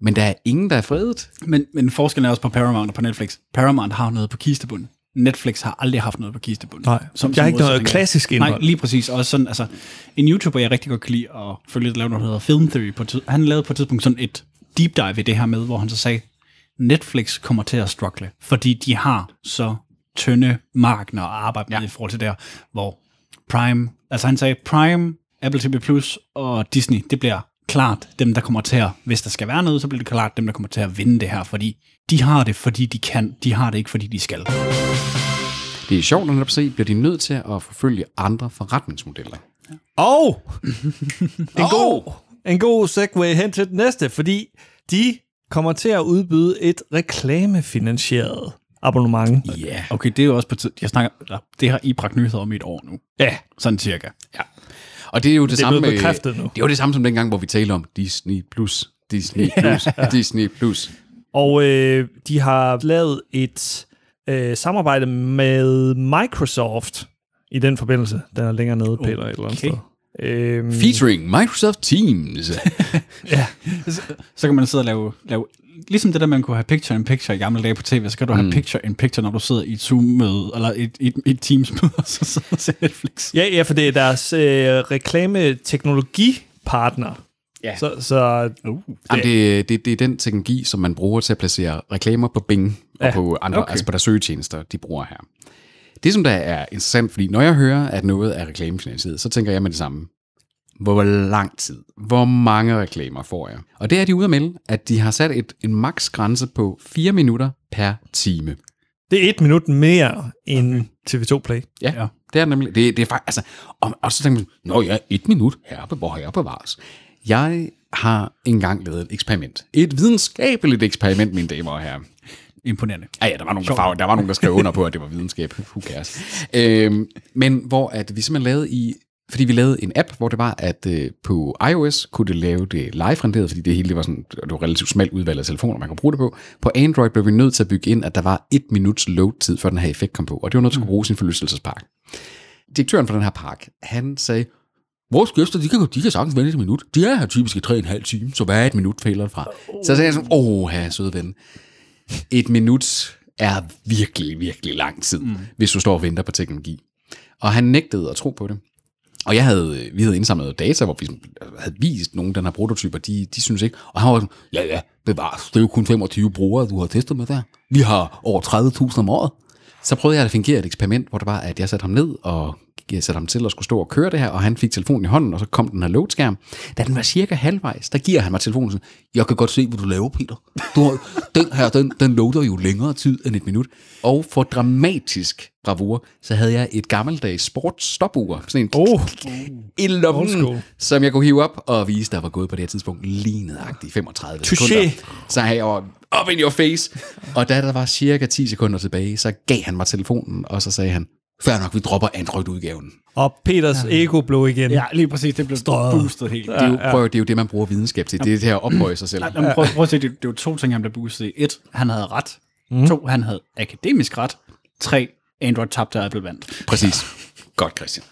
S3: men der er ingen, der er fredet.
S4: Men, men forskellen er også på Paramount og på Netflix. Paramount har noget på kistebunden. Netflix har aldrig haft noget på kistebunden.
S2: Nej,
S4: Som-
S2: de
S4: som
S2: har ikke noget
S4: modsætning.
S2: klassisk indhold.
S4: Nej, lige præcis. Og sådan, altså, en YouTuber, jeg rigtig godt kan lide at følge, der laver noget, der hedder Film Theory. På tid, han lavede på et tidspunkt sådan et deep dive i det her med, hvor han så sagde, Netflix kommer til at struggle, fordi de har så tynde markner at arbejde med ja. i forhold til der, hvor Prime, altså han sagde Prime, Apple TV Plus og Disney, det bliver klart dem, der kommer til at, hvis der skal være noget, så bliver det klart dem, der kommer til at vinde det her, fordi de har det, fordi de kan, de har det ikke, fordi de skal.
S3: Det er sjovt at netop se, bliver de nødt til at forfølge andre forretningsmodeller.
S2: Og en, god, en god segue hen til den næste, fordi de kommer til at udbyde et reklamefinansieret abonnement.
S3: Ja.
S4: Okay, det er jo også på tid. Jeg snakker, eller, det har I bragt nyheder om i et år nu.
S2: Ja,
S4: Sådan cirka.
S3: Ja. Og det er jo det, det
S2: er
S3: samme
S2: blevet bekræftet nu.
S3: Det er jo det samme som dengang, hvor vi talte om Disney+, Plus, Disney+, Plus, Disney+. Plus.
S2: og øh, de har lavet et øh, samarbejde med Microsoft i den forbindelse. Den er længere nede, Peter, et eller andet
S4: Okay.
S2: sted. Øhm,
S3: Mm. Featuring Microsoft Teams.
S4: Så kan man sidde og lave, lave ligesom det der, man kunne have picture-in-picture i gamle dage på tv, så kan du have
S3: Mm.
S4: picture-in-picture, når du sidder i et Zoom-møde, eller et, et, et Teams-møde, og så sidder og ser Netflix.
S2: Ja, ja, for det er deres øh, reklameteknologipartner.
S3: Ja.
S2: Så, så
S4: Uh.
S3: Jamen, det, det, det er den teknologi, som man bruger til at placere reklamer på Bing og
S2: Ja,
S3: på andre, okay. altså på deres søgetjenester, de bruger her. Det, som der er interessant, fordi når jeg hører, at noget er reklamefinansieret, så tænker jeg med det samme. Hvor lang tid? Hvor mange reklamer får jeg? Og det er de ude at melde, at de har sat et, en maksgrænse på 4 minutter per time.
S2: det er et minut mere end TV2 Play.
S3: Ja, ja.
S4: Ja.
S3: det er nemlig. Det, det er faktisk, altså, og, og så tænker man, nå ja, et minut, herre, hvor herre bevares. Jeg har engang lavet et eksperiment. Et videnskabeligt eksperiment, mine damer og herrer.
S4: Imponerende.
S3: Ja, ja, der var nogen, der, farve, der var nogen, der skrev under på, at det var videnskab. Who cares? Øhm, men hvor at vi simpelthen lavede i... Fordi vi lavede en app, hvor det var, at øh, på iOS kunne det lave det live-renderet, fordi det hele det var, sådan, det var relativt smalt udvalg af telefoner, man kunne bruge det på. På Android blev vi nødt til at bygge ind, at der var et minuts load-tid, før den her effekt kom på, og det var noget, der skulle bruge sin forlystelsespark. Direktøren for den her park, han sagde, Vores gæster, de kan, de kan sagtens vente et minut. De er her typisk i tre og en halv time, så hvad er et minut falder fra? Så sagde jeg sådan, åh, her, søde ven. Et minut er virkelig, virkelig lang tid, mm. hvis du står og venter på teknologi. Og han nægtede at tro på det. Og jeg havde, vi havde indsamlet noget data, hvor vi sådan havde vist nogle af den her prototyper, de, de synes ikke. Og han var sådan, ja ja, bevares, det er jo kun 25 brugere, du har testet med der. Vi har over 30.000 om året. Så prøvede jeg at fingere et eksperiment, hvor det var, at jeg satte ham ned og jeg satte ham til at skulle stå og køre det her, og han fik telefonen i hånden, og så kom den her loadskærm. Da den var cirka halvvejs, der giver han mig telefonen sådan, jeg kan godt se, hvad du laver, Peter. Du har, den her, den, den loader jo længere tid end et minut. Og for dramatisk bravur, så havde jeg et gammeldags sportsstopur, sådan en
S2: Oh,
S3: i
S2: school.
S3: lommen, som jeg kunne hive op og vise, der var gået på det her tidspunkt lige nøjagtigt 35
S2: Touché.
S3: sekunder. Så havde jeg var up in your face. Og da der var cirka 10 sekunder tilbage, så gav han mig telefonen, og så sagde han, før nok, vi dropper Android-udgaven.
S2: og Peters ja. ego blev igen. Ja.
S4: Ja, lige præcis. Det blev
S2: Strøget.
S4: boostet helt.
S3: Det er, jo, prøv, det er jo det, man bruger videnskab til. Det er det her at ophøje sig selv.
S4: Jamen, prøv, prøv at se, det, det var to ting, han blev boostet i. Et, han havde ret. Mm. To, han havde akademisk ret. Tre, Android tabte og Apple vandt.
S3: Præcis. Godt, Christian.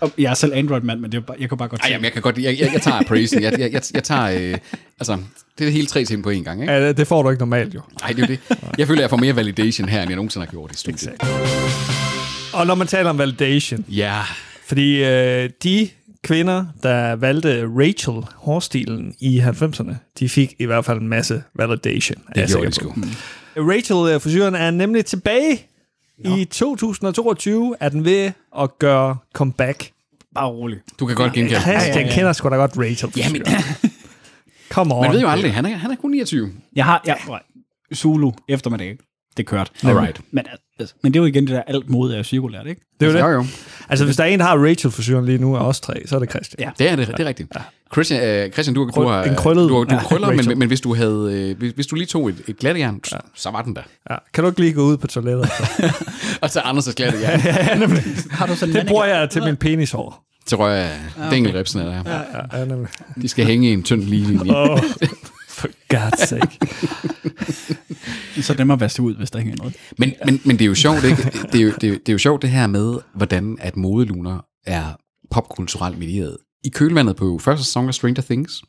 S4: Og jeg er selv Android-mand, men det var bare, jeg kunne bare godt
S3: Ej,
S4: se.
S3: jamen, jeg kan godt jeg, jeg, jeg tager prisen. Jeg, jeg, jeg, jeg tager, øh, altså, det er hele tre ting på én gang, ikke?
S2: Ja, det- det får du ikke normalt jo.
S3: Nej, det er jo det. Jeg føler, jeg får mere validation her, end jeg nogensinde har gjort i studiet.
S2: Og når man taler om validation,
S3: Ja,
S2: fordi øh, de kvinder, der valgte Rachel hårstilen i 90'erne, de fik i hvert fald en masse validation. er jeg
S3: det gjorde
S2: sikker
S3: det
S2: på.
S3: sgu.
S2: Rachel øh, frisøren er nemlig tilbage. I 2022 er den ved at gøre comeback.
S4: Bare rolig.
S3: Du kan godt genkende den.
S2: Christian ja, ja, ja. kender sgu da godt Rachel. Jamen. Come on.
S3: Man ved jo aldrig, han er, han er kun 29.
S4: Jeg har, jeg, prøv at- Zulu eftermiddag. Det kørte.
S3: Alright.
S4: Men, altså, men det er jo igen det der, alt mod er jo cirkulært, ikke?
S2: Det er jo
S3: Jo,
S2: det.
S3: jo.
S2: Altså, hvis der er en, der har Rachel-frisyren lige nu af os tre, så er det Christian.
S4: Ja.
S3: Det er det, det er rigtigt. Christian, øh, Christian du, du har...
S2: en krøllet-
S3: Du, har- du
S2: Ja,
S3: krøller, men,
S2: Rachel.
S3: men, men hvis, du havde, øh, hvis, hvis du lige tog et, et glattejern, ja. så var den der.
S2: Ja. Kan du ikke lige gå ud på toilettet?
S3: Og så Anders' glattejern. ja.
S4: Har du sådan
S2: det bruger jeg til min penishår.
S3: Så rører jeg dængelripsene der. Ja.
S2: Ja, ja, nemlig.
S3: De skal hænge i en tynd lige linje.
S2: Åh, for God's sake.
S4: Så dem at vaske ud, hvis der ikke er noget.
S3: Men, men, men det er jo sjovt, ikke? Det er jo, det, er, jo- det er jo sjovt det her med, hvordan at modeluner er popkulturelt medieret. I kølvandet på første sæson af Stranger Things,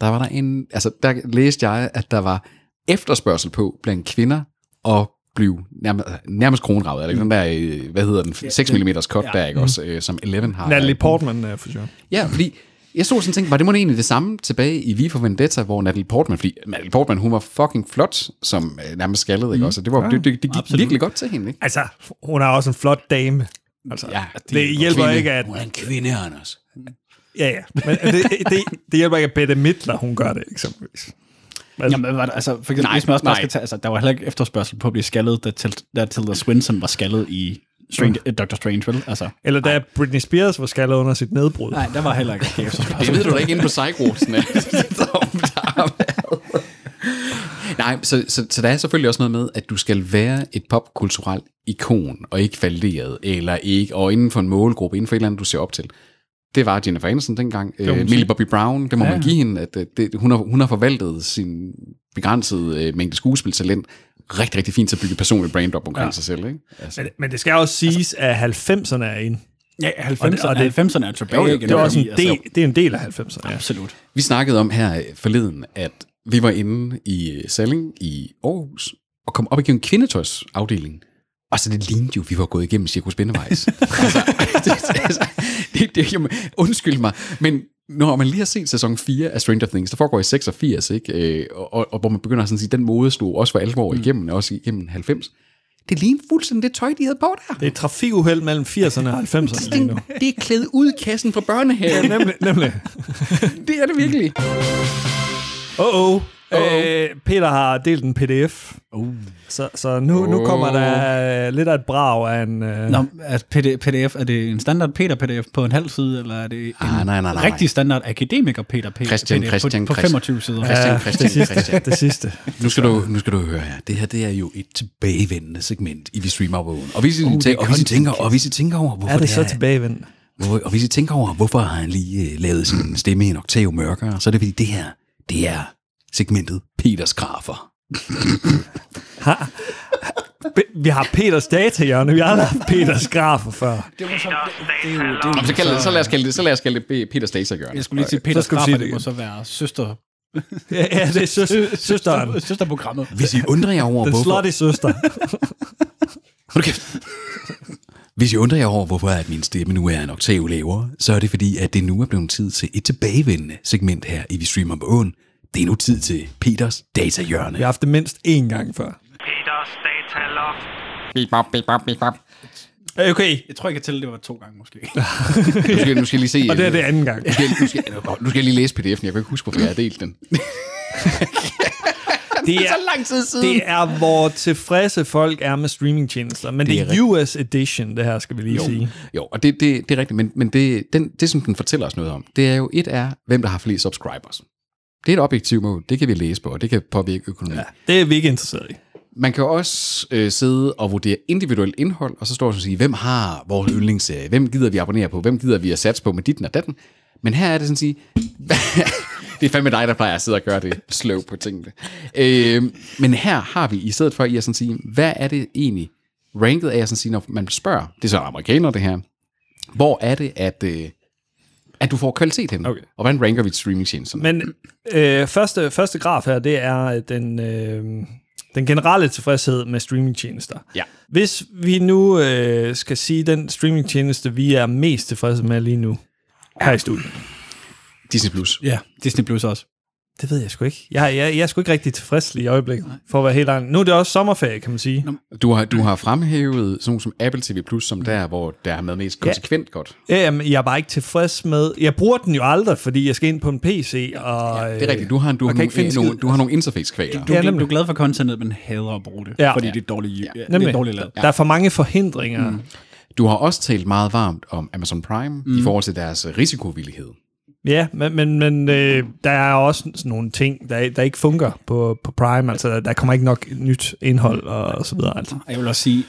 S3: der var der en, altså der læste jeg, at der var efterspørgsel på blandt kvinder og blive nærmest, nærmest kronravet, eller den der, øh, hvad hedder den, 6 mm cut der, ikke også, øh, som Eleven har.
S2: Natalie Portman er frisyren.
S3: Ja, fordi Jeg stod sådan og tænkte, var det måske egentlig det samme tilbage i V for Vendetta, hvor Natalie Portman, fordi Natalie Portman, hun var fucking flot, som øh, nærmest skaldet,
S2: Mm.
S3: ikke også? Og Det, var, det, det, det gik Absolut. virkelig godt til hende, ikke?
S2: Altså, hun er også en flot dame. Altså, ja, det, det hjælper
S3: kvinde.
S2: ikke, at...
S3: Hun er en kvinde, Anders.
S2: Ja, ja. Men det, det, det hjælper ikke, at Bette Midler, hun gør det, eksempelvis.
S4: Jamen, hvad var det? Altså, for eksempel, nej,
S3: Nej,
S4: hvis man også bare
S3: nej.
S4: skal tage, altså, der var heller ikke efterspørgsel på at blive skaldet, da, til, da Tilda Swinton var skaldet i Strange, mm. Dr. Strange, vel? Altså,
S2: Eller da Britney Spears var skaldet under sit nedbrud.
S4: nej, der var heller ikke
S3: Det
S4: efterspørgsel.
S3: ved du da ikke inde på Psych-rosen, at der har været. Nej, så, så, så der er selvfølgelig også noget med, at du skal være et popkulturelt ikon, og ikke falderet, eller ikke, og inden for en målgruppe, inden for et eller andet, du ser op til. Det var Jennifer Aniston dengang. Øh, Millie Bobby Brown, det må ja. man give hende, at øh, det, hun, har, hun har forvaltet sin begrænsede øh, mængde skuespiltalent rigtig, rigtig fint til at bygge et personligt brand op omkring ja. sig selv. Ikke? Altså,
S2: Men, men det skal også siges, at 90'erne er inde.
S4: Ja, 90'erne,
S2: Og
S4: og
S2: det- og det-
S4: 90'erne er tilbage
S3: Jo, jo,
S4: igen.
S2: Det er også en
S4: fordi, altså,
S2: del, det er en del af 90'erne. Ja.
S4: Absolut.
S3: Vi snakkede om her øh, forleden, at vi var inde i øh, Salling i Aarhus og kom op igennem kvindetøjsafdelingen. Og så det lignede jo, at vi var gået igennem Cirkus Bindevejs. altså, det, altså, det, det, jamen, undskyld mig, men når man lige har set sæson 4 af Stranger Things, der foregår i 86, ikke? Øh, og, og, og hvor man begynder sådan at sige, den mode slog også for alvor
S2: Mm.
S3: igennem, også igennem 90. Det lignede fuldstændig det tøj, de havde på der. Altså,
S2: Det er et trafikuheld mellem 80'erne og 90'erne lige nu.
S3: Det, det er klædet ud i kassen fra børnehaven.
S2: Nemlig. nemlig.
S3: det er det virkelig.
S2: Oh, oh. Øh, Peter har delt en pdf. Oh. Så, så nu, oh. nu kommer der øh, lidt af et brag af en... Øh,
S4: Nå, er PD- PDF, er det en standard Peter-PDF på en halv side, eller er det en
S3: Ah, nej, nej, nej, nej.
S4: rigtig standard akademiker Peter PDF
S3: Christian,
S4: på,
S3: Christian,
S4: på
S3: Christian.
S4: 25 sider?
S3: Christian,
S2: det
S3: Christian, Christian.
S2: sidste. Det sidste.
S3: Nu skal, du, nu skal du høre her. Det her det er jo et tilbagevendende segment i Vi Streamer på Ugen. Og hvis I, oh, tænker, og hvis I tænker, og hvis I tænker over, hvorfor
S2: Er det så
S3: er,
S2: tilbagevendende?
S3: hvor, og hvis I tænker over, hvorfor har han lige øh, lavet sin stemme en oktav mørkere, så er det fordi det her, det er segmentet Peters grafer.
S2: Be- Vi har Peters data, Jørgen. Vi har aldrig haft Peters grafer før.
S3: Jamen, så, kald, det- så, lad os kalde det, så lad os kalde det P- Peters Datagjørne.
S4: Jeg skulle lige sige, Peter
S2: skal du sige
S4: Straffer,
S2: det
S4: det må
S2: igen.
S4: så være søster,
S2: Ja, ja det er søs- søsteren.
S4: søsterprogrammet.
S3: Hvis I undrer jer over,
S2: Den
S3: hvorfor...
S2: slutty søster.
S3: Hold kæft. Hvis I undrer jer over, hvorfor at min stemme nu er en oktav lavere, så er det fordi, at det nu er blevet tid til et tilbagevendende segment her i Vi Streamer på Åen. Det er nu tid til Peters Datahjørne.
S2: Vi har haft det mindst én gang før.
S5: Peters Dataloft.
S6: beep bop, beep bop, beep bop.
S2: Øh, Okay,
S4: Jeg tror, jeg kan tælle, det var to gange måske.
S3: Nu skal, nu skal jeg lige se. øh,
S2: og det er det anden gang.
S3: Nu skal, jeg- nu, skal, jeg- nu skal jeg lige læse pdf'en. Jeg kan ikke huske, hvorfor jeg har delt den.
S2: Det er,
S3: lang tid siden.
S2: det er, hvor tilfredse folk er med streamingtjenester. Men det,
S3: er
S2: det er US edition, det her skal vi lige jo.
S3: Jo,
S2: sige.
S3: jo og det, det, det er rigtigt, men, men det, den, det, som den fortæller os noget om, det er jo, et er, hvem der har flest subscribers. Det er et objektivt mål, det kan vi læse på, og det kan påvirke økonomien. Ja.
S2: Det er vi ikke interesseret i.
S3: Man kan også øh, sidde og vurdere individuelt indhold, og så står der sådan og sige, hvem har vores yndlingsserie? Hvem gider vi abonnere på? Hvem gider vi at satse på med ditten og datten? Men her er det sådan at sige, det er fandme dig, der plejer at sidde og gøre det slow på tingene. Øh, men her har vi, i stedet for i at sådan sige, hvad er det egentlig ranket af, at sådan sige, når man spørger, det er så amerikanere det her, hvor er det, at, øh, at du får kvalitet hen? Okay. Og hvordan ranker vi streamingtjenesterne?
S2: Men øh, første, første graf her, det er øh, den, øh, den generelle tilfredshed med streamingtjenester.
S3: Ja.
S2: Hvis vi nu øh, skal sige den streamingtjeneste, vi er mest tilfredse med lige nu, her i studiet.
S3: Disney Plus.
S4: ja, Disney Plus også.
S2: Det ved jeg sgu ikke. Jeg, jeg, jeg er sgu ikke rigtig tilfreds lige i øjeblikket, for at være helt ærlig. Nu er det også sommerferie, kan man sige.
S3: Du har, du har fremhævet sådan nogle som Apple TV Plus, som der, hvor der er med mest konsekvent ja. godt.
S2: Ja, jamen, jeg er bare ikke tilfreds med... Jeg bruger den jo aldrig, fordi jeg skal ind på en PC, og... øh, Ja,
S3: Det er rigtigt. Du har, du har,
S2: man kan
S3: nogle,
S2: ikke finde
S3: eh, nogle,
S2: skid.
S3: du har nogle interface-kvaler.
S4: Altså, Du,
S2: Ja,
S4: ja, du,
S2: nemlig.
S4: du er glad for contentet, men hader at bruge det,
S2: Ja.
S4: ja. fordi
S2: Ja.
S4: det er dårligt, ja. det er
S2: Nemlig,
S4: dårligt lavet.
S2: der er for mange forhindringer. Mm.
S3: Du har også talt meget varmt om Amazon Prime mm. i forhold til deres øh, risikovillighed.
S2: Ja, men, men, men øh, der er også sådan nogle ting, der, der ikke fungerer på, på Prime. Altså, der- der kommer ikke nok nyt indhold og, og så videre. Altså.
S4: Og Jeg vil også sige,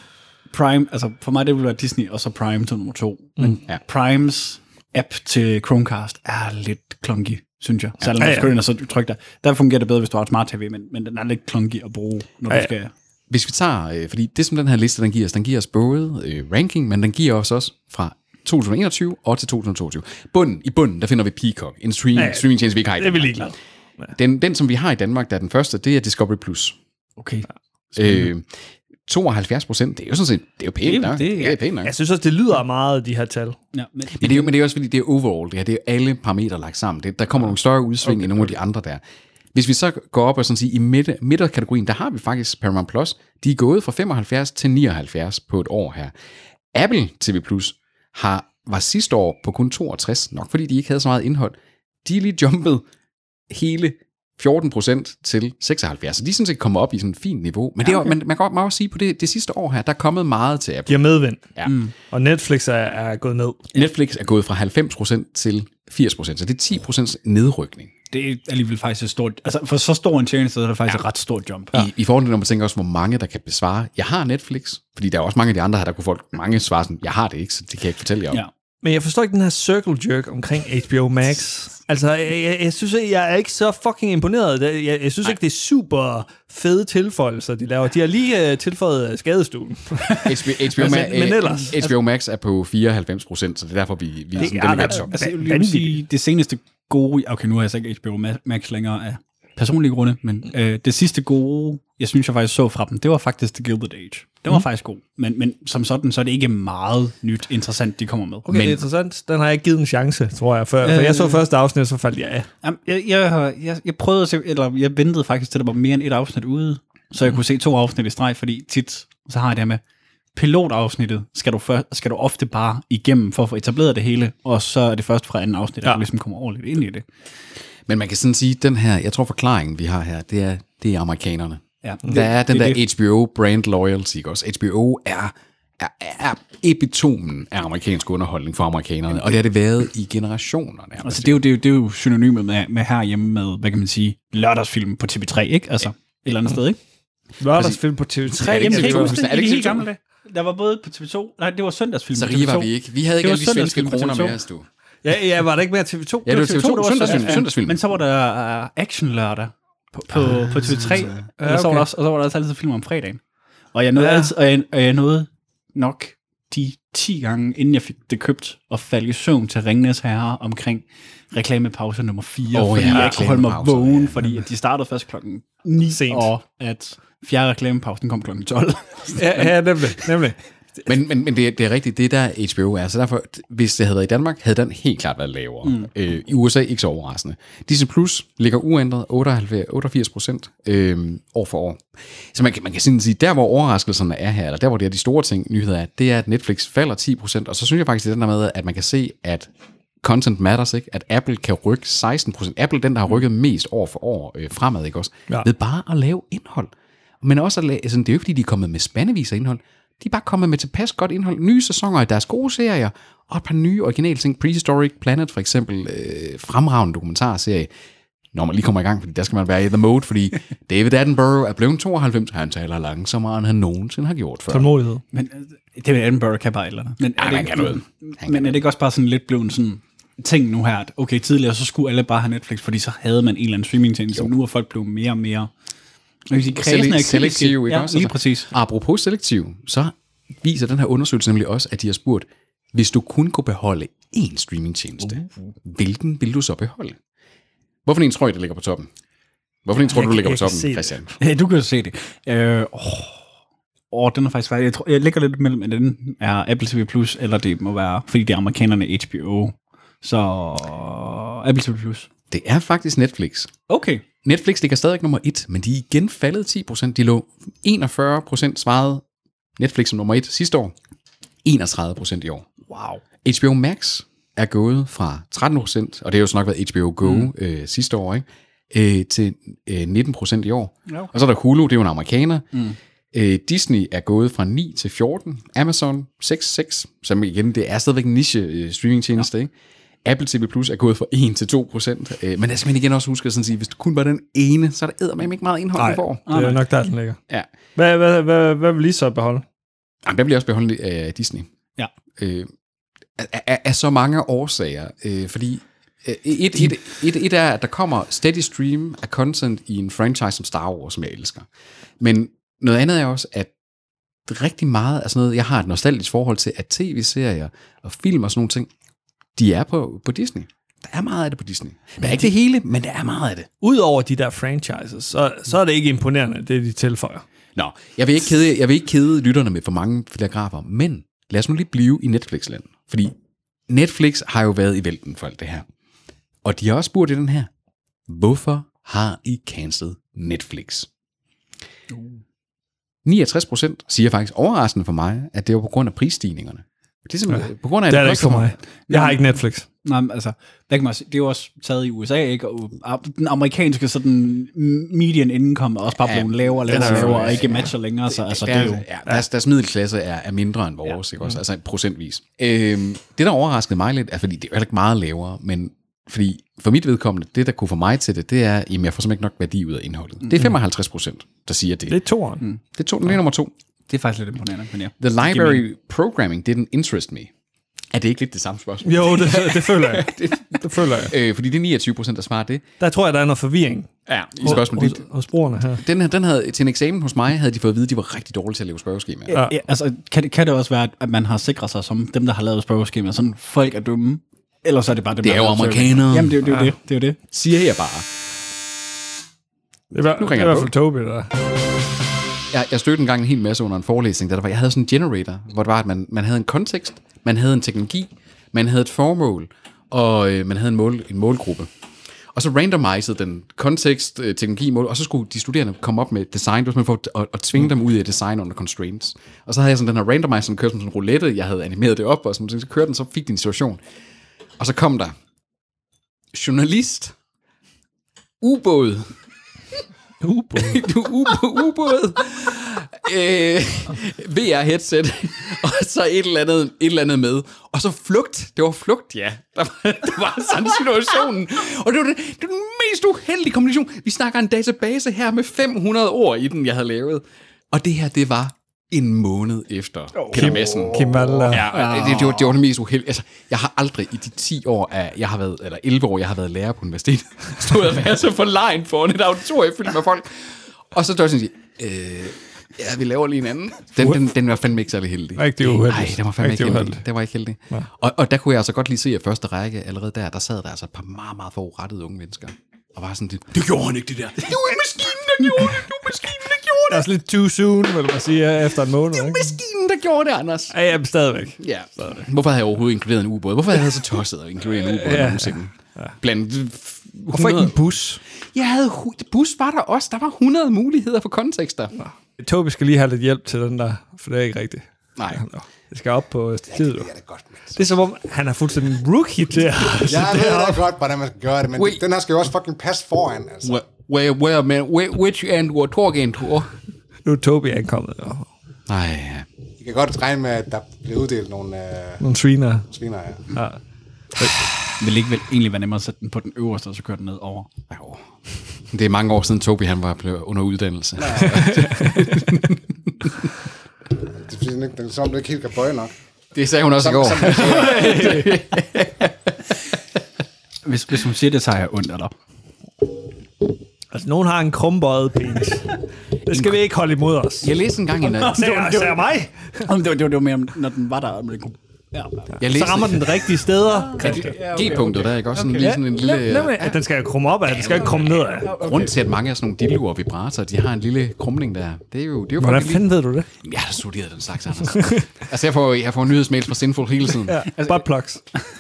S4: Prime, altså for mig det ville være Disney, og så Prime til nummer to. Men mm.
S3: Ja.
S4: ja. Primes app til Chromecast er lidt klonky, synes jeg. Selvom
S2: Ja,
S4: ja,
S2: ja.
S4: ja. du ind og så tryk der. Der fungerer det bedre, hvis du har et smart tv, men, men den er lidt klonky at bruge, når ja,
S2: Ja,
S4: du skal...
S3: Hvis vi tager, øh, fordi det som den her liste, den giver os, den giver os både øh, ranking, men den giver os også fra 2021 og til 2022. Bunden, I bunden, der finder vi Peacock, en stream, ja, streamingtjeneste, vi ikke har i
S2: Det er vi
S3: Danmark.
S2: ligeglade.
S3: Den, den, som vi har i Danmark, der er den første, det er Discovery Plus.
S4: Okay.
S3: Øh, 72 procent, det er jo sådan set, det er jo pænt
S4: Det-
S3: nok.
S4: det-
S3: det er pænt nok.
S2: Jeg synes også, det lyder meget, de her tal.
S4: Ja, men,
S3: Men det, er jo, men det er også fordi, det er overall, det her. Det er alle parametre lagt sammen. Det, der kommer nogle større udsving okay. end nogle af de andre der. Hvis vi så går op og sådan sige, i midte, midterkategorien, der har vi faktisk Paramount Plus. De er gået fra 75 til 79 på et år her. Apple TV Plus har, var sidste år på kun 62, nok fordi de ikke havde så meget indhold. De er lige jumpet hele 14 procent til 76. Så de er sådan set kommet op i sådan et fint niveau. Men, det er, jo- men man kan også- man kan også sige, på det, det sidste år her, der er kommet meget til Apple.
S2: De har medvind.
S3: Ja. Mm.
S2: Og Netflix er, er gået ned.
S3: Netflix er gået fra 90% til 80%, så det er 10% nedrykning.
S4: det er alligevel faktisk et stort... Altså, for så stor en tjeneste, så er det faktisk ja. et ret stort jump.
S3: Ja. I, I forhold til, når man tænker også, hvor mange der kan besvare, jeg har Netflix, fordi der er også mange af de andre her, der kunne folk, mange svare sådan, jeg har det ikke, så det kan jeg ikke fortælle jer om.
S4: Ja.
S2: Men jeg forstår ikke den her circle jerk omkring HBO Max. Altså, jeg, jeg, jeg synes, ikke- jeg er ikke så fucking imponeret. Jeg, jeg, jeg synes ikke, det er super fede tilføjelser, de laver. De har lige uh, tilføjet øh, skadestuen.
S3: HBO, HBO,
S2: Men-
S3: Ma-
S2: men ellers-
S3: øh, HBO Max er på 94%, så det er derfor, vi, vi er sådan,
S2: er
S3: den
S2: da-
S3: er top.
S4: Altså, jeg vil lige
S2: Vanvittigt.
S4: sige, det seneste gode... Okay, nu har jeg så ikke HBO Ma- Max længere af personlige grunde, men øh, det sidste gode, jeg synes, jeg faktisk så fra dem, det var faktisk The Gilded Age. Den var mm. faktisk god, men, men som sådan, så er det ikke meget nyt interessant, de kommer med.
S2: Okay, men, det er interessant. Den har jeg ikke givet en chance, tror jeg. For, øh, for jeg så første afsnit, så faldt jeg af.
S4: Jamen, jeg, jeg, har- jeg, jeg prøvede at se, eller jeg ventede faktisk til, der var mere end et afsnit ude, så jeg kunne se to afsnit i streg, fordi tit, så har jeg det her med, pilotafsnittet skal du, før, skal du ofte bare igennem for at få etableret det hele, og så er det først fra anden afsnit, ja. at du ligesom kommer ordentligt ind i det.
S3: Men man kan sådan sige, den her, jeg tror forklaringen, vi har her, det er, det er amerikanerne.
S4: Ja,
S3: Der er den
S4: det er
S3: der HBO brand loyalty, ikke også? HBO er, er, er epitomen af amerikansk underholdning for amerikanerne, og det har det været i generationer nærmest.
S4: Altså, det er jo, det er jo, det er jo synonymet med, med herhjemme med, hvad kan man sige, lørdagsfilm på TV3, ikke? Altså, et eller andet sted, ikke?
S2: Lørdagsfilm på TV3.
S3: Er Mm. det ikke
S4: Jamen,
S3: TV2?
S4: kan ikke huske det?
S3: Er det
S4: I de
S3: ikke
S4: helt
S3: TV2?
S4: gamle dage. Der var både på TV2, nej, det var søndagsfilm
S3: Så
S4: på
S3: rige var
S4: TV2.
S3: vi ikke. Vi havde ikke
S4: Det var
S3: alle de svenske
S4: søndagsfilm på
S3: kroner
S4: TV2.
S3: med os, du.
S2: Ja, ja, var der ikke mere TV2?
S3: Ja, det var TV2, det var søndagsfilm.
S4: Ja,
S3: søndagsfilm.
S4: Men så var der uh, Action Lørdag på, på, på TV3, Ah, ja, okay. og, så var
S2: okay.
S4: der også, og så var der også altid film om fredagen. Og jeg nåede, ja.
S2: Ja.
S4: altid, og jeg, og jeg nåede nok de 10 gange, inden jeg fik det købt, og falde i søvn til Ringnes Herre omkring reklamepause nummer 4,
S3: Åh,
S4: oh, fordi
S3: ja,
S4: ja, jeg ikke kunne holde mig
S3: reklamepauser,
S4: vågen,
S3: ja.
S4: ja. fordi at de startede først klokken 9,
S2: Sent.
S4: og at fjerde reklamepausen kom klokken 12.
S2: Ja, ja, nemlig. nemlig.
S3: Men, men, men det, er- det er rigtigt, det er der HBO er. Så derfor, hvis det havde været i Danmark, havde den helt klart været lavere. Mm. Øh, I USA ikke så overraskende. Disney Plus ligger uændret 98, 88 procent øh, år for år. Så man kan, man kan sådan sige, der hvor overraskelserne er her, eller der hvor det er de store ting, nyheder er, det er, at Netflix falder 10 procent, og så synes jeg faktisk, det er den der med, at man kan se, at content matters, ikke? at Apple kan rykke 16 procent. Apple er den, der har rykket mest år for år øh, fremad, ikke også? Ja.
S2: Ja.
S3: Ved bare at lave indhold. Men også, at la- altså, det er jo ikke, fordi de er kommet med spandevis af indhold. De er bare kommet med tilpas godt indhold. Nye sæsoner af deres gode serier, og et par nye originale ting. Prehistoric Planet, for eksempel, øh, fremragende dokumentarserie. Når man lige kommer i gang, fordi der skal man være i the mode, fordi David Attenborough er blevet 92, han taler langsommere, end han nogensinde har gjort før.
S2: Tålmodighed.
S4: Men øh, David Attenborough kan bare et eller andet. Men er,
S3: Ej,
S4: det,
S3: han
S4: ikke-
S3: kan noget.
S4: men er det ikke også bare sådan lidt blevet sådan ting nu her, at okay, tidligere så skulle alle bare have Netflix, fordi så havde man en eller anden streamingtjeneste, men nu er folk blevet mere og mere jeg vil sige, kredsen er
S3: Sele- selektiv, ikke
S4: ja,
S3: også?
S4: lige
S3: Altså,
S4: præcis.
S3: Apropos selektiv, så viser den her undersøgelse nemlig også, at de har spurgt, hvis du kun kunne beholde én streamingtjeneste, hvilken vil du så beholde? Hvorfor en tror I, der ligger på toppen? Hvorfor en tror du,
S2: Jeg
S3: du
S2: kan-
S3: ligger på
S2: jeg kan
S3: toppen,
S2: se det.
S3: Christian?
S4: Ja, du kan jo se det. Øh, åh, åh, den er faktisk jeg, tror, jeg ligger lidt mellem, at den er Apple TV+, Plus, eller det må være, fordi det er amerikanerne HBO. Så Apple TV+. Plus.
S3: Det er faktisk Netflix.
S4: Okay.
S3: Netflix ligger stadig nummer et, men de er igen faldet 10%. De lå 41% svarede Netflix som nummer et sidste år. 31% i år.
S4: Wow.
S3: HBO Max er gået fra 13 procent, og det har jo så nok været HBO Go mm. øh, sidste år, ikke? Øh, til øh, 19 procent i år.
S4: Ja, okay.
S3: Og så er der Hulu, det er jo en amerikaner. Mm. Øh, Disney er gået fra 9 til 14. Amazon 6-6, som igen, det er stadigvæk en niche øh, streamingtjeneste, ja. ikke? Apple TV Plus er gået fra 1 til 2 procent. Øh, men der skal man igen også huske at sådan sige, hvis du kun var den ene, så er der eddermame ikke meget indhold, du får.
S2: Det er nok der, den ligger.
S3: Ja.
S2: Hvad, hvad, hvad, hvad vil I så beholde?
S3: Jamen, der bliver også beholdt af Disney.
S4: Ja.
S3: Øh, af, af, af så mange årsager, øh, fordi øh, et, et, et, et er, at der kommer steady stream af content i en franchise som Star Wars, som jeg elsker. Men noget andet er også, at rigtig meget af sådan noget, jeg har et nostalgisk forhold til, at tv-serier og film og sådan nogle ting, de er på, på Disney. Der er meget af det på Disney. Der er ikke det hele, men der er meget af det.
S2: Udover de der franchises, så, så er det ikke imponerende, det de tilføjer.
S3: Nå, jeg vil, ikke kede, jeg vil ikke kede lytterne med for mange flagrafer, men lad os nu lige blive i Netflix-land. Fordi Netflix har jo været i vælten for alt det her. Og de har også spurgt i den her, hvorfor har I cancelled Netflix? 69 procent siger faktisk overraskende for mig, at det var på grund af prisstigningerne. Det er simpelthen ja, på grund af, at
S2: Det er det ikke
S3: koster
S2: for mig. Jeg har ikke Netflix.
S4: Nej, men altså, hvad kan man sige? det er jo også taget i USA, ikke? Og ah, den amerikanske sådan, median income er også bare blevet lavere og lavere, og lavere, og ikke matcher længere, så altså, det er jo...
S3: ja, deres, deres middelklasse er, er mindre end vores, ja. ikke også? Altså procentvis. Øhm, det, der overraskede mig lidt, er, fordi det er jo heller ikke meget lavere, men fordi for mit vedkommende, det, der kunne få mig til det, det er, jamen jeg får simpelthen ikke nok værdi ud af indholdet. Det er 55 procent, der siger det.
S2: Det
S3: Det,
S2: er toeren. Mm.
S3: det tog den lige nummer to.
S4: Det er faktisk lidt imponerende, men ja.
S3: The library programming didn't interest me. Er det ikke lidt det samme spørgsmål?
S2: Jo, det, det føler jeg. det, det føler jeg.
S3: Øh, fordi det er 29 procent, der svarer det.
S2: Der tror jeg, der er noget forvirring
S3: Ja, i spørgsmålet.
S2: hos, hos brugerne her.
S3: Den her, den havde, til en eksamen hos mig, havde de fået at vide, at de var rigtig dårlige til at lave spørgeskemaer.
S2: Ja.
S4: ja altså, kan, det- kan det også være, at man har sikret sig som dem, der har lavet spørgeskemaet, sådan folk er dumme? Ellers så er det bare dem,
S3: Det
S4: der
S3: er jo
S4: har lavet
S3: amerikanere.
S4: Jamen, det er jo det. Er jo det. det, er jo det.
S3: Siger jeg bare.
S2: Det er, hver- det er
S3: ringer
S2: i hvert
S3: jeg
S2: fald Tobi, der
S3: Jeg, jeg stødte en gang en hel masse under en forelæsning, da der var, jeg havde sådan en generator, hvor det var, at man, man havde en kontekst, man havde en teknologi, man havde et formål, og øh, man havde en, mål, en målgruppe. Og så randomisede den kontekst, øh, teknologi, mål, og så skulle de studerende komme op med et design, det var simpelthen for at, at, at tvinge dem ud i et design under constraints. Og så havde jeg sådan den her randomizer, som kørte som sådan en roulette, jeg havde animeret det op, og sådan, noget, så kørte den, så fik de en situation. Og så kom der journalist, ubåd, du ubåd, ubåd. Øh, VR-headset, og så et eller, andet, et eller andet med. Og så flugt. Det var flugt, ja. Der var, der var sådan situationen. Og det var, det, det var den mest uheldige kombination. Vi snakker en database her med 500 ord i den, jeg havde lavet. Og det her, det var en måned efter oh. Peter Madsen.
S2: Kim Valder. Ja.
S3: Ja, Ah, det, det, var, det var det mest uheldige. Altså, jeg har aldrig i de 10 år, af, jeg har været, eller 11 år, jeg har været lærer på universitetet, stået og været så for lejen foran et auditorium fyldt med folk. Og så står jeg sådan og siger, øh, ja, vi laver lige en anden. Den, den, den var fandme ikke særlig heldig.
S2: Rigtig uheldigt.
S3: Nej, den var fandme
S2: Rigtig
S3: ikke heldig.
S2: uheldigt.
S3: Den var ikke heldig. Og, og der kunne jeg altså godt lige se, at første række allerede der, der sad der altså et par meget, meget forurettede unge mennesker. Og var sådan lidt, det gjorde han ikke det der. Det var maskinen, der gjorde det. Det var maskinen, der gjorde
S2: Det er
S3: det.
S2: også lidt too soon, vil man sige, efter en måned. Ikke?
S3: Maskinen, der gjorde det, Anders.
S2: Ja, jamen, stadigvæk.
S3: Ja. Hvorfor havde jeg overhovedet inkluderet en ubåd? Hvorfor havde jeg så tosset at inkludere en ubåd ja. nogensinde? Blandt øh, f- 100.
S2: bus?
S3: Jeg havde hu- bus var der også. Der var 100 muligheder for kontekster.
S2: Tobi skal lige have lidt hjælp til den der, for det er ikke rigtigt.
S3: Nej.
S2: Det skal op på øh, stativet. jo.
S7: Det er godt, men.
S2: Det er som om, han er fuldstændig en rookie til at
S7: Jeg ved da godt, hvordan man skal gøre det, men
S3: Wait.
S7: den her skal jo også fucking passe foran, altså.
S3: Where, where, where, man, where, which end were talking to?
S2: Nu er Tobi ankommet. Og
S3: Nej, ja.
S7: I kan godt regne med, at der bliver uddelt nogle øh,
S2: nogle sviner.
S7: sviner her.
S4: Vil det ikke vel egentlig være nemmere at sætte den på den øverste, og så køre den ned over?
S3: Jo. Det er mange år siden Tobi han var blevet under uddannelse.
S7: Det er fordi, den, ikke- den, som du ikke helt kan bøje nok.
S3: Det sagde hun også i
S7: Som,
S3: går.
S7: som,
S4: Hvis, hvis hun siger det, så har jeg ondt, eller?
S2: Altså, nogen har en krumbøjet penis. Det skal vi ikke holde imod os.
S3: Jeg læste en gang en...
S2: Sager, sager mig.
S4: Om det, var, det, var, det var mere, om- når den var der, om den kunne... Ja,
S3: Jeg
S2: Så
S3: læste
S2: rammer den rigtige steder. Christian.
S3: G-punktet der, ikke også? Sådan, lige sådan en lille...
S2: Ja, nemlig, at den skal krumme op af, den skal ikke krumme ned af.
S3: Grund til, at mange af sådan nogle dildoer og vibrator, de har en lille krumning der. Det er jo, det er jo
S2: Hvordan
S3: faktisk lige-
S2: fanden ved du det?
S3: Jamen, Jeg har da studeret den slags, Anders. altså, jeg får, jeg får nyhedsmails fra Sinful hele tiden. Ja.
S2: Butt plugs.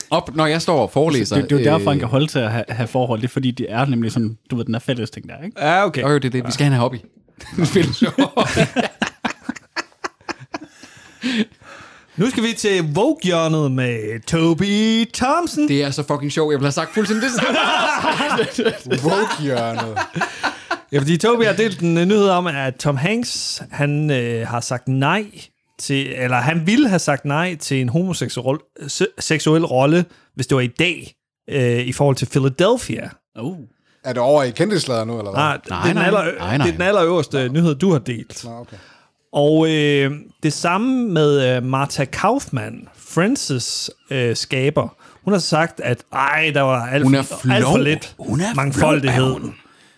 S3: Op, når jeg står og forelæser...
S4: Altså, det, det er jo derfor, han
S3: øh,
S4: kan holde til at have, have forhold. Det er fordi, det er nemlig sådan, du ved, den er fælles ting der, ikke?
S2: Ja, okay.
S3: Jo, jo, det er det. Vi skal have en hobby. Fælles hobby.
S2: Nu skal vi til Vogue-hjørnet med Toby Thompson.
S3: det er så fucking sjovt. Jeg ville have sagt fuldstændig det samme.
S7: øh, Vogue-hjørnet.
S2: Ja, fordi Toby har delt en øh, nyhed om, at Tom Hanks, han øh, har sagt nej til, eller han ville have sagt nej til en homoseksuel se- seksuel rolle, hvis det var i dag, øh, i forhold til Philadelphia.
S4: Oh.
S7: Er det over i kendtislader nu, eller hvad?
S2: Ah, nej, det, er den
S3: nej.
S2: aller,
S3: Nej, nej.
S2: det er den allerøverste nyhed, du har delt.
S7: Nå, okay.
S2: Og øh, det samme med øh, Martha Kaufman, Frances øh, skaber. Hun har sagt, at ej, der var alt,
S3: Hun er
S2: alt for
S3: flov.
S2: lidt
S3: Hun er flov,
S2: mangfoldighed
S3: er hun.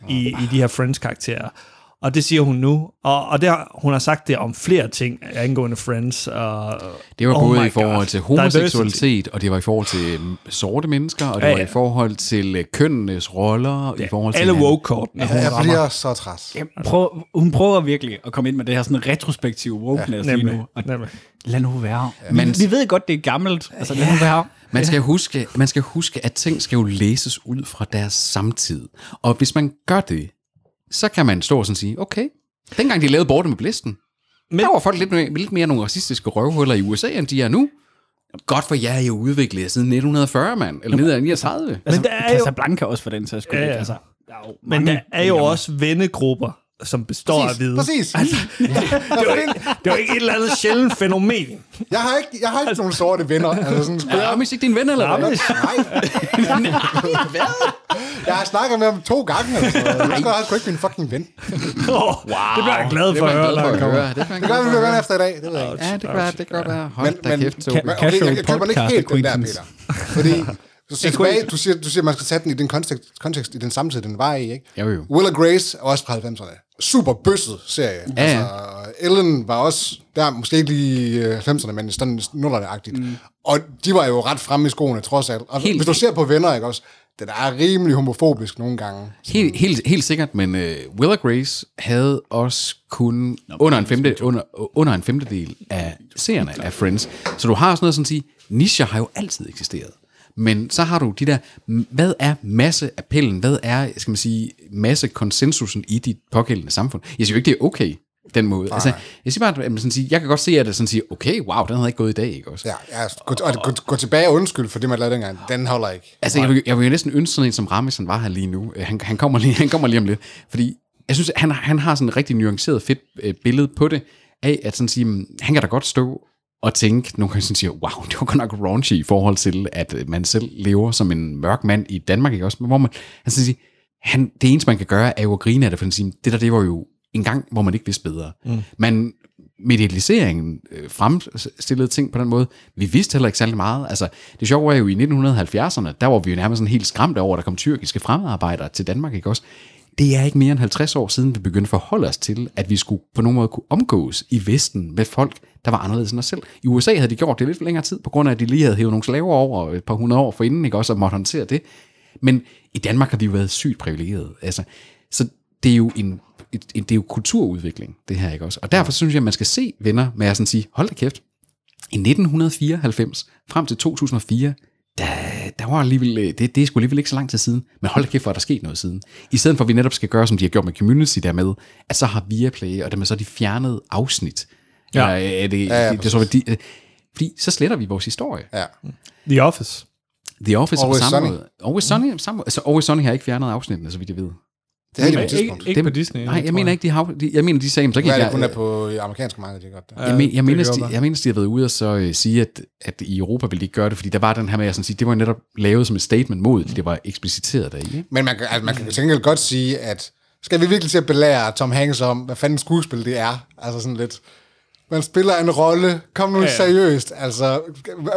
S2: i, i de her Friends-karakterer. Og det siger hun nu. Og, og der, hun har sagt det om flere ting angående Friends. Og,
S3: Det var
S2: Oh
S3: både
S2: my
S3: i forhold
S2: God.
S3: til
S2: Diversity.
S3: homoseksualitet, og det var i forhold til mm, sorte mennesker, og det
S2: Ja,
S3: var
S2: ja.
S3: i forhold til øh, kønnenes roller, i forhold til
S2: Alle
S3: hinanden.
S2: woke-kortene. hun
S7: Jeg
S2: rammer.
S7: bliver så træt.
S4: Prøv, hun prøver virkelig at komme ind med det her sådan retrospektive wokeness ja, lige
S2: Nemlig,
S4: nu. Og
S2: nemlig.
S4: lad nu være. Ja.
S3: Men-
S4: Vi, vi ved godt, det er gammelt. Altså, lad nu være.
S3: Man skal, huske, man skal huske, at ting skal jo læses ud fra deres samtid. Og hvis man gør det, så kan man stå og sådan sige, okay, dengang de lavede Borte med Blisten, Men... der var folk lidt, mere- lidt mere nogle racistiske røvhuller i USA, end de er nu. Godt for jer, I har udviklet jer siden 1940, mand. Eller 1939.
S4: Altså,
S2: der er jo-
S4: Casablanca også for den sags skyld.
S2: Ja,
S4: Ja,
S2: ja.
S4: ja. Altså, der er jo
S2: Men
S4: mange
S2: der er jo
S4: programmer.
S2: også vennegrupper, som består
S7: Præcis,
S2: af hvide.
S7: præcis. Altså, det-
S2: Det er jo ikke et eller andet sjældent fænomen.
S7: Jeg har ikke, jeg har ikke nogen sorte venner. Altså sådan, skulle
S3: Er
S7: jeg...
S3: Amis ikke din ven, eller hvad?
S2: Ramis.
S7: Nej. Jeg har snakket med ham to gange. Altså. Jeg skal have ikke min fucking ven.
S2: wow. Det bliver jeg glad
S3: Det
S2: for
S3: var
S2: at
S3: jeg
S2: høre.
S3: glad for
S2: Lange.
S3: at høre. Det var jeg
S7: Det gør
S3: glad for
S7: vi, vi
S3: at
S7: gør
S3: høre.
S7: efter i dag. Det ved jeg ikke.
S3: Ja, det kan være, det kan godt være. Hold
S7: Men-
S3: da
S7: men-
S3: kæft,
S7: kan-
S3: Tobi.
S7: Men okay, jeg, jeg køber den ikke helt, den der, Peter. Fordi du siger, tilbage, du siger, du siger, man skal tage den i den kontekst, kontekst i den samtid, den var i, ikke?
S3: Jo, jo.
S7: Will og Grace er også fra 90'erne. Super bøsset serie.
S3: Ja, ja.
S7: Altså, Ellen var også, der måske ikke lige øh, 90'erne, men sådan nullerne-agtigt. Mm. Og de var jo ret fremme i skoene, trods alt. Og
S3: Helt
S7: hvis du ser på venner, ikke også? Den er rimelig homofobisk nogle gange.
S3: Helt, helt, helt sikkert, men uh, Willa Grace havde også kun under en, femte, under, under en femtedel af seerne af Friends. Så du har sådan noget sådan at sige, nischer har jo altid eksisteret. Men så har du de der, m- hvad er masseappellen, hvad er, skal man sige, massekonsensusen i dit pågældende samfund? Jeg siger jo ikke, det er okay, den måde. Altså, jeg siger bare, at man sådan sige, jeg kan godt se, at det sådan sige, okay, wow, den havde ikke gået i dag, ikke også?
S7: Ja, ja gå, og gå, gå, tilbage og undskyld for det, man lavede dengang. Den holder ikke.
S3: Altså, jeg vil, jeg vil jo næsten ønske sådan en som Ramis, han var her lige nu. Øh, Han, han, kommer, lige, han kommer lige om lidt. Fordi jeg synes, han, han har sådan et rigtig nuanceret, fedt øh, billede på det, af at sådan sige, mm, han kan da godt stå og tænke, nogle gange sådan siger, wow, det var godt nok raunchy i forhold til, at øh, man selv lever som en mørk mand i Danmark, ikke også? Men hvor man, han sådan siger, han, det eneste, man kan gøre, er jo at grine af det, for han siger, det der, det var jo en gang, hvor man ikke vidste bedre. Mm. Man medialiseringen øh, fremstillede ting på den måde. Vi vidste heller ikke særlig meget. Altså, det sjove var jo, i 1970'erne, der var vi jo nærmest sådan helt skræmt over, at der kom tyrkiske fremmedarbejdere til Danmark, ikke også? Det er ikke mere end 50 år siden, vi begyndte at forholde os til, at vi skulle på nogen måde kunne omgås i Vesten med folk, der var anderledes end os selv. I USA havde de gjort det lidt for længere tid, på grund af, at de lige havde hævet nogle slaver over et par hundrede år forinden, ikke også, og måtte håndtere det. Men i Danmark har vi jo været sygt privilegerede. Altså, så det er jo en, et, en, det er jo kulturudvikling, det her, ikke også? Og derfor synes jeg, at man skal se venner med at sådan sige, hold da kæft, i 1994 frem til 2004, der, der var alligevel, øh, det, det er sgu alligevel ikke så lang tid siden, men hold da kæft, hvor er der sket noget siden. I stedet for, at vi netop skal gøre, som de har gjort med Community dermed, at så har Viaplay, og dermed så har de fjernet afsnit.
S2: Ja.
S3: Eller, øh, er det,
S7: Ja, ja,
S3: ja, det, det, så, de, øh, fordi så sletter vi vores historie.
S7: Ja.
S2: The Office.
S3: The Office
S7: Always
S3: Always på samme
S7: Sunny.
S3: måde. Always Sunny, samme, måde. altså Always Sunny har ikke fjernet afsnittene, så vidt jeg ved.
S7: Det havde de på et
S2: Ikke,
S7: tidspunkt.
S2: ikke, ikke på Disney.
S3: Nej, jeg mener ikke, de har... De, jeg mener, de sagde, "Jamen, så kan
S7: Hvad er det
S3: jeg...
S7: kun er på amerikanske marked, det er godt. Det.
S3: Jeg, men, jeg,
S2: det
S3: mener,
S2: kan
S3: de,
S2: godt
S3: jeg mener, de har været ude og så øh, sige, at, at i Europa ville de ikke gøre det, fordi der var den her med, at sådan sige, det var netop lavet som et statement mod, det, det var ekspliciteret deri. Ikke?
S7: Men man kan, altså, man kan til gengæld godt sige, at skal vi virkelig til at belære Tom Hanks om, hvad fanden skuespil det er? Altså sådan lidt, man spiller en rolle, kom nu ja. seriøst. Altså,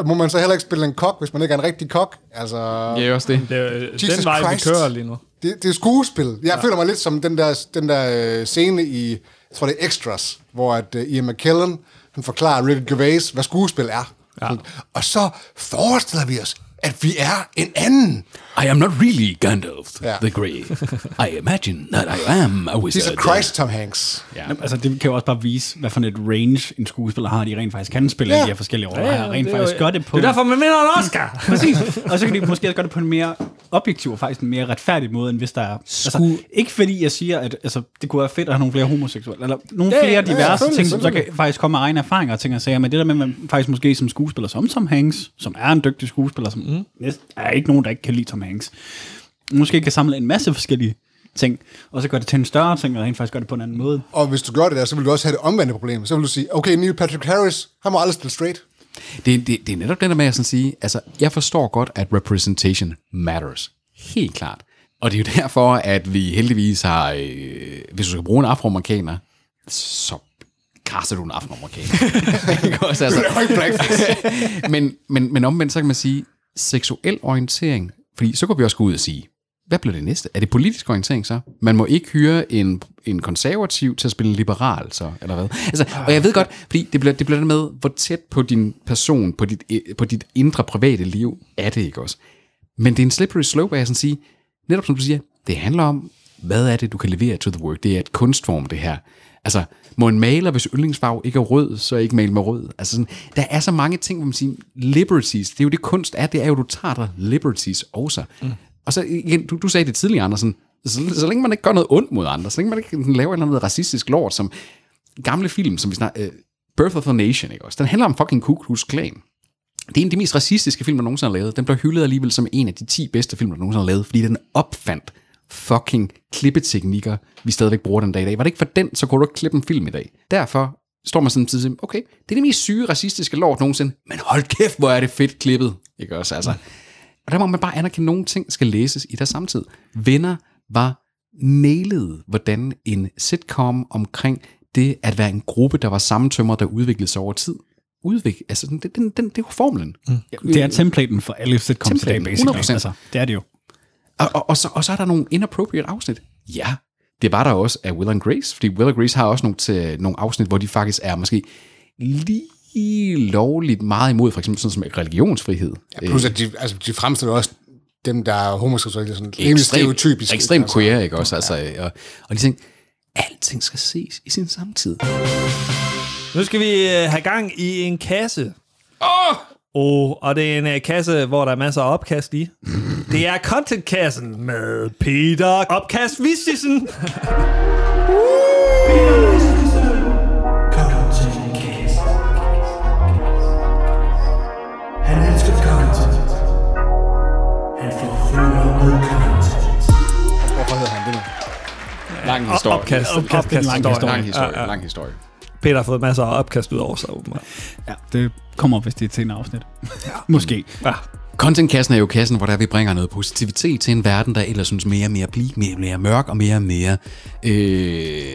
S7: må man så heller ikke spille en kok, hvis man ikke er en rigtig kok? Altså, yeah.
S3: også det.
S2: Det, er, øh,
S7: Jesus
S2: den vej,
S7: Christ.
S2: vi kører lige nu.
S7: det, det er skuespil. Jeg ja. føler mig lidt som den der, den der øh, scene i, jeg tror det er Extras, hvor at, uh, Ian McKellen, han forklarer Ricky Gervais, hvad skuespil er. Ja. Og så forestiller vi os, at vi er en anden.
S3: I am not really Gandalf
S7: Ja.
S3: the Grey. I imagine that I am a wizard.
S7: Jesus Christ, Tom Hanks.
S3: Ja.
S4: Jamen, altså, det kan jo også bare vise, hvad for et range en skuespiller har, de rent faktisk kan spille ja.
S7: Ja.
S4: i de her forskellige roller, ja, ja, rent faktisk gør det på.
S2: Det er derfor, man vinder en Oscar.
S4: Præcis. Og så kan de måske også gøre det på en mere objektiv og faktisk en mere retfærdig måde, end hvis der er... Altså, ikke fordi jeg siger, at altså, det kunne være fedt at have nogle flere homoseksuelle, eller nogle
S2: Ja,
S4: flere
S2: ja,
S4: diverse
S7: selvfølgelig,
S4: ting, som så kan
S7: selvfølgelig.
S4: faktisk komme af egne erfaringer og ting og sager, men det der med, at man faktisk måske som skuespiller, som Tom Hanks, som er en dygtig skuespiller, som mm. næsten, er ikke nogen, der ikke kan lide Tom Hanks, måske kan samle en masse forskellige ting, og så gør det til en større ting, og rent faktisk gør det på en anden måde.
S7: Og hvis du gør det der, så vil du også have det omvendte problem. Så vil du sige, okay, Neil Patrick Harris, han må aldrig spille straight.
S3: Det, det, det er netop det der med at sådan sige, altså jeg forstår godt, at representation matters. Helt klart. Og det er jo derfor, at vi heldigvis har, øh, hvis du skal bruge en afroamerikaner, så krasser du en afroamerikaner. Ikke også, altså. men, men, men omvendt, så kan man sige, seksuel orientering, fordi så kan vi også gå ud og sige, Hvad blev det næste? Er det politisk orientering så? Man må ikke hyre en, en konservativ til at spille en liberal så, eller hvad? Altså, og jeg ved godt, fordi det bliver det bliver det med, hvor tæt på din person, på dit, eh, på dit indre private liv, er det ikke også? Men det er en slippery slope, at jeg sådan sige, netop som du siger, det handler om, hvad er det, du kan levere to the work? Det er et kunstform, det her. Altså, må en maler, hvis yndlingsfarve ikke er rød, så ikke male med rød? Altså, sådan, der er så mange ting, hvor man siger, liberties, det er jo det kunst er, det er jo, du tager dig liberties også. Mm. Og så igen, du, du sagde det tidligere, Andersen, så, så længe man ikke gør noget ondt mod andre, så længe man ikke sådan laver et eller andet racistisk lort, som gamle film, som vi snakker, uh, Birth of a Nation, ikke også? Den handler om fucking Ku Klux Klan. Det er en af de mest racistiske film, der nogensinde har lavet. Den blev hyldet alligevel som en af de 10 bedste film, der nogensinde har lavet, fordi den opfandt fucking klippeteknikker, vi stadigvæk bruger den dag i dag. Var det ikke for den, så kunne du ikke klippe en film i dag. Derfor står man sådan tid til, okay, det er det mest syge racistiske lort nogensinde, men hold kæft, hvor er det fedt klippet. Ikke også, altså. Og der må man bare anerkende, at nogle ting skal læses i der samtid. Venner var nailede, hvordan en sitcom omkring det at være en gruppe, der var sammentømret, der udviklede sig over tid, udvik, altså den, den, den, det var formlen. Mm.
S4: Det er templaten for alle sitcoms i dag,
S3: Templaten,
S4: basically.
S3: 100%.
S4: Altså, det er det jo.
S3: Og, og, og, så, og så er der nogle inappropriate afsnit. Ja, det var der også af Will and Grace, fordi Will and Grace har også nogle, til, nogle afsnit, hvor de faktisk er måske lige lovligt meget imod, for eksempel sådan som religionsfrihed.
S7: Ja, plus at de, altså, de fremstiller også dem, der er homoseksuelle, sådan rimelig stereotypisk.
S3: Ekstremt
S7: altså.
S3: queer, ikke også? Altså, og, og de tænkte, alting skal ses i sin samtid.
S2: Nu skal vi øh, have gang i en kasse. Åh! Oh! Oh, og det er en øh, kasse, hvor der er masser af opkast i. Det er Content-kassen med Peter Opkast Vistisen.
S8: Han elsker content. Han får fylder med content.
S7: Hvorfor hedder han det nu?
S3: Lang historie.
S2: Opkast.
S4: Opkast, det er en lang
S2: opkast-
S4: historie.
S3: Lang historie, lang historie.
S2: Peter har fået masser af opkast ud over sig, åbenbart.
S4: Ja, det kommer, hvis det er til en afsnit. Måske.
S3: Contentkassen er jo kassen, hvor der vi bringer noget positivitet til en verden, der ellers synes mere og mere blik, mere og mere mørk og mere og mere øh,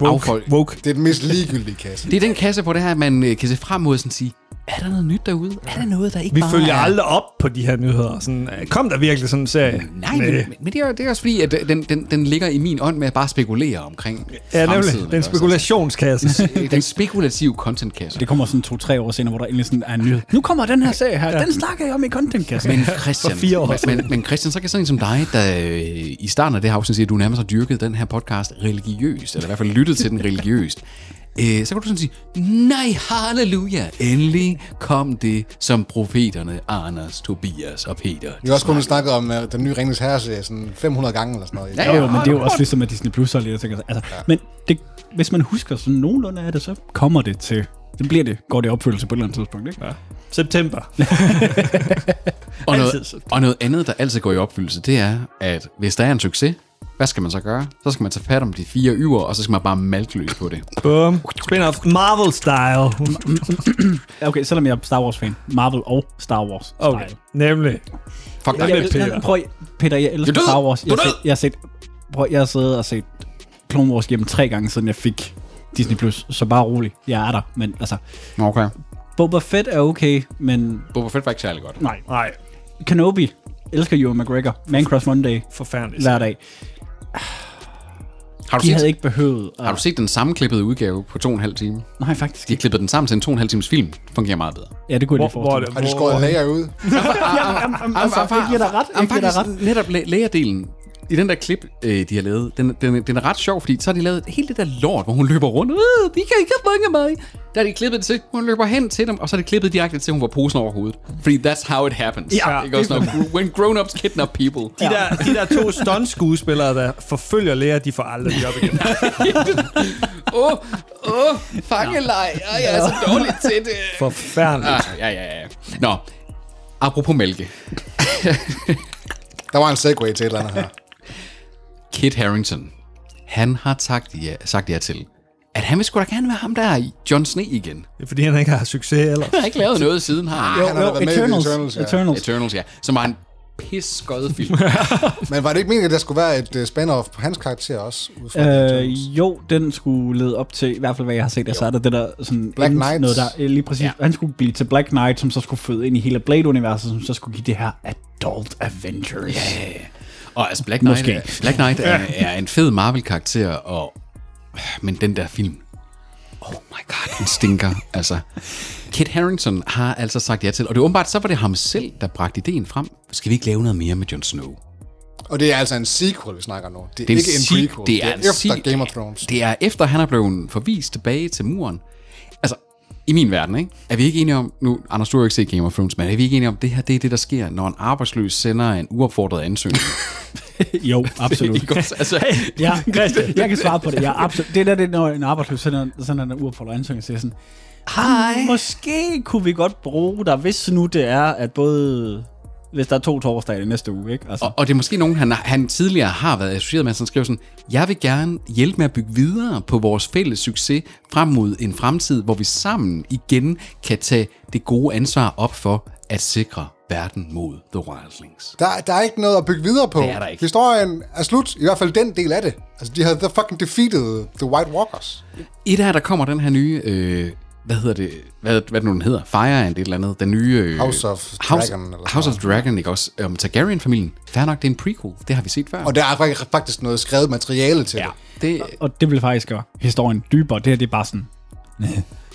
S3: affolk.
S2: Woke.
S7: Det er den mest ligegyldige kasse.
S3: Det er den kasse, hvor det her, man øh, kan se frem mod og sige, er der noget nyt derude? Er der noget, der ikke
S2: Vi
S3: bare
S2: følger
S3: er...
S2: aldrig op på de her nyheder. Sådan, øh, kom der virkelig sådan en serie?
S3: Nej, men, men- men det, er, det er også fordi, at den, den, den ligger i min ånd med at bare spekulere omkring
S2: Ja,
S3: fremtiden, altså-
S2: nemlig.
S3: ikke
S2: Den
S3: også?
S2: spekulationskasse.
S3: Altså, Den spekulative contentkasse.
S4: Det kommer sådan to-tre år senere, hvor der endelig sådan er en nyhed. Nu kommer den her serie her. Den snakker jeg om i contentkassen.
S3: Men Christian,
S2: For fire år
S3: men, men Christian, så kan sådan en som dig, der øh, i starten af det her afsnit siger, at du nærmest har dyrket den her podcast religiøst, eller i hvert fald lyttet til den religiøst, øh, så kan du sådan sige, nej, halleluja, endelig kom det, som profeterne Anders, Tobias og Peter.
S7: Vi har også kun snakket om uh, den nye Ringens Herre-serie sådan 500 gange eller sådan noget.
S3: Ja,
S4: Jo, jo, men det er jo også ligesom, at Disney Plus har lidt at tænke sig. Altså, ja. Men det, hvis man husker sådan nogenlunde af det, så kommer det til... Det bliver det. Går det i opfyldelse på et eller andet tidspunkt, ikke? Ja.
S2: September.
S3: Og
S2: Altid.
S3: noget, og noget andet, der altid går i opfyldelse, det er, at hvis der er en succes, hvad skal man så gøre? Så skal man tage fat om de fire yver, og så skal man bare malkløs på det.
S2: Boom. Spin-off. Marvel-style.
S4: Okay, selvom jeg er Star Wars-fan. Marvel og Star wars
S2: Okay, nemlig.
S3: Fuck
S4: Jeg,
S3: dig.
S4: jeg, jeg, prøv, Peter, jeg elsker
S3: Du er død!
S4: Star Wars. Jeg
S3: Du
S4: har,
S3: er
S4: set, jeg, har set, prøv, jeg har siddet og set Clone Wars gennem tre gange, siden jeg fik Disney+. Plus. Så bare rolig. Jeg er der. Men altså,
S3: Okay.
S4: Boba Fett er okay, men
S3: Boba Fett var ikke særlig godt.
S4: nej.
S2: Nej,
S4: Kenobi elsker Ewan McGregor. Man Crush Monday
S2: forfærdeligt.
S4: hver dag.
S3: Har du,
S4: De
S3: set,
S4: havde ikke behøvet at...
S3: har du set den sammenklippede udgave på to og en halv time?
S4: Nej, faktisk
S3: De har klippet den sammen til en to og en halv times film. Det fungerer meget bedre.
S4: Ja, det kunne
S2: Hvor,
S4: jeg lige
S2: hvor,
S4: forestille
S2: hvor,
S7: Har de skåret lager ud?
S4: mig. Altså, det giver dig ret. Jeg
S3: Jamen,
S4: giver dig ret.
S3: faktisk, netop læ- lægerdelen i den der klip, øh, de har lavet, den, den, den er ret sjov, fordi så har de lavet hele det der lort, hvor hun løber rundt. Øh, de kan ikke fange mig. Der har de klippet det til, hun løber hen til dem, og så er det klippet direkte til, hun var posen over hovedet. Fordi that's how it happens.
S2: Ja.
S3: ikke også, når, when grown-ups kidnap people.
S2: De, der, de der to stunt-skuespillere, der forfølger læger, de får aldrig job igen.
S3: Åh, åh, fangelej. Ej, jeg er så dårlig til det.
S2: Forfærdeligt.
S3: Ah, ja, ja, ja. Nå, apropos mælke.
S7: Der var en segway til et eller andet her.
S3: Kit Harrington, han har sagt ja, sagt ja til, at han vil sgu da gerne være ham der er i John Sne igen.
S2: Det er fordi, han ikke har succes eller.
S3: Han har ikke lavet noget siden, har han?
S7: han har da været med i
S4: Eternals.
S7: Eternals, ja.
S4: Eternals.
S3: Eternals, ja. Som var en pissegod film.
S7: Men var det ikke meningen, at der skulle være et uh, spin-off på hans karakter også? Ud fra
S4: Øh, jo, den skulle lede op til, i hvert fald hvad jeg har set, altså er der det der sådan...
S7: Black
S4: inden-
S7: Knight.
S4: Noget der, eh, lige præcis, ja. han skulle blive til Black Knight, som så skulle føde ind i hele Blade-universet, som så skulle give det her Adult Adventures. Ja, yeah.
S3: Og altså Black Knight,
S9: Måske.
S3: er, Black Knight er, er en fed Marvel-karakter, og men den der film, oh my god, den stinker. altså, Kit Harington har altså sagt ja til, og det er åbenbart, så var det ham selv, der bragte ideen frem. Skal vi ikke lave noget mere med Jon Snow?
S7: Og det er altså en sequel, vi snakker om nu. Det er,
S3: Det er
S7: ikke en
S3: sig-
S7: prequel. Det er,
S3: en
S7: efter
S3: sig-
S7: Game of Thrones.
S3: Det er efter, han er blevet forvist tilbage til muren. Altså, i min verden, ikke? Er vi ikke enige om, nu, Anders, du har jo ikke set Game of Thrones, men er vi ikke enige om, det her, det er det, der sker, når en arbejdsløs sender en uopfordret ansøgning?
S4: Jo, absolut.
S3: Ikke også? altså,
S9: Ja, Christian.
S4: jeg kan svare på det. Jeg er absolut. Det er der, det, når en arbejdsløs sender, sender en uopfordret ansøgning og siger sådan, Hej. Måske kunne vi godt bruge dig, hvis nu det er, at både... Hvis der er to torsdage i næste uge, ikke? Altså,
S3: Og, og det er måske nogen, han, han tidligere har været associeret med, som skriver sådan, jeg vil gerne hjælpe med at bygge videre på vores fælles succes frem mod en fremtid, hvor vi sammen igen kan tage det gode ansvar op for at sikre verden mod The Wildlings.
S7: Der, der er ikke noget at bygge videre på. Det
S3: er der ikke.
S7: Historien er slut, i hvert fald den del af det. Altså, de havde the fucking defeated the White Walkers.
S3: Et af der kommer den her nye, øh, hvad hedder det, hvad, hvad den nu den hedder, Fire and et eller andet, den nye... Øh,
S7: House of
S3: House,
S7: Dragon, eller
S3: House of
S7: sådan
S3: Dragon, ikke også? Om Targaryen-familien. Fair nok, det er en prequel. Det har vi set før.
S7: Og der er fakt- faktisk noget skrevet materiale til ja. det.
S3: det,
S4: og det vil faktisk gøre historien dybere. Det her, det er bare sådan,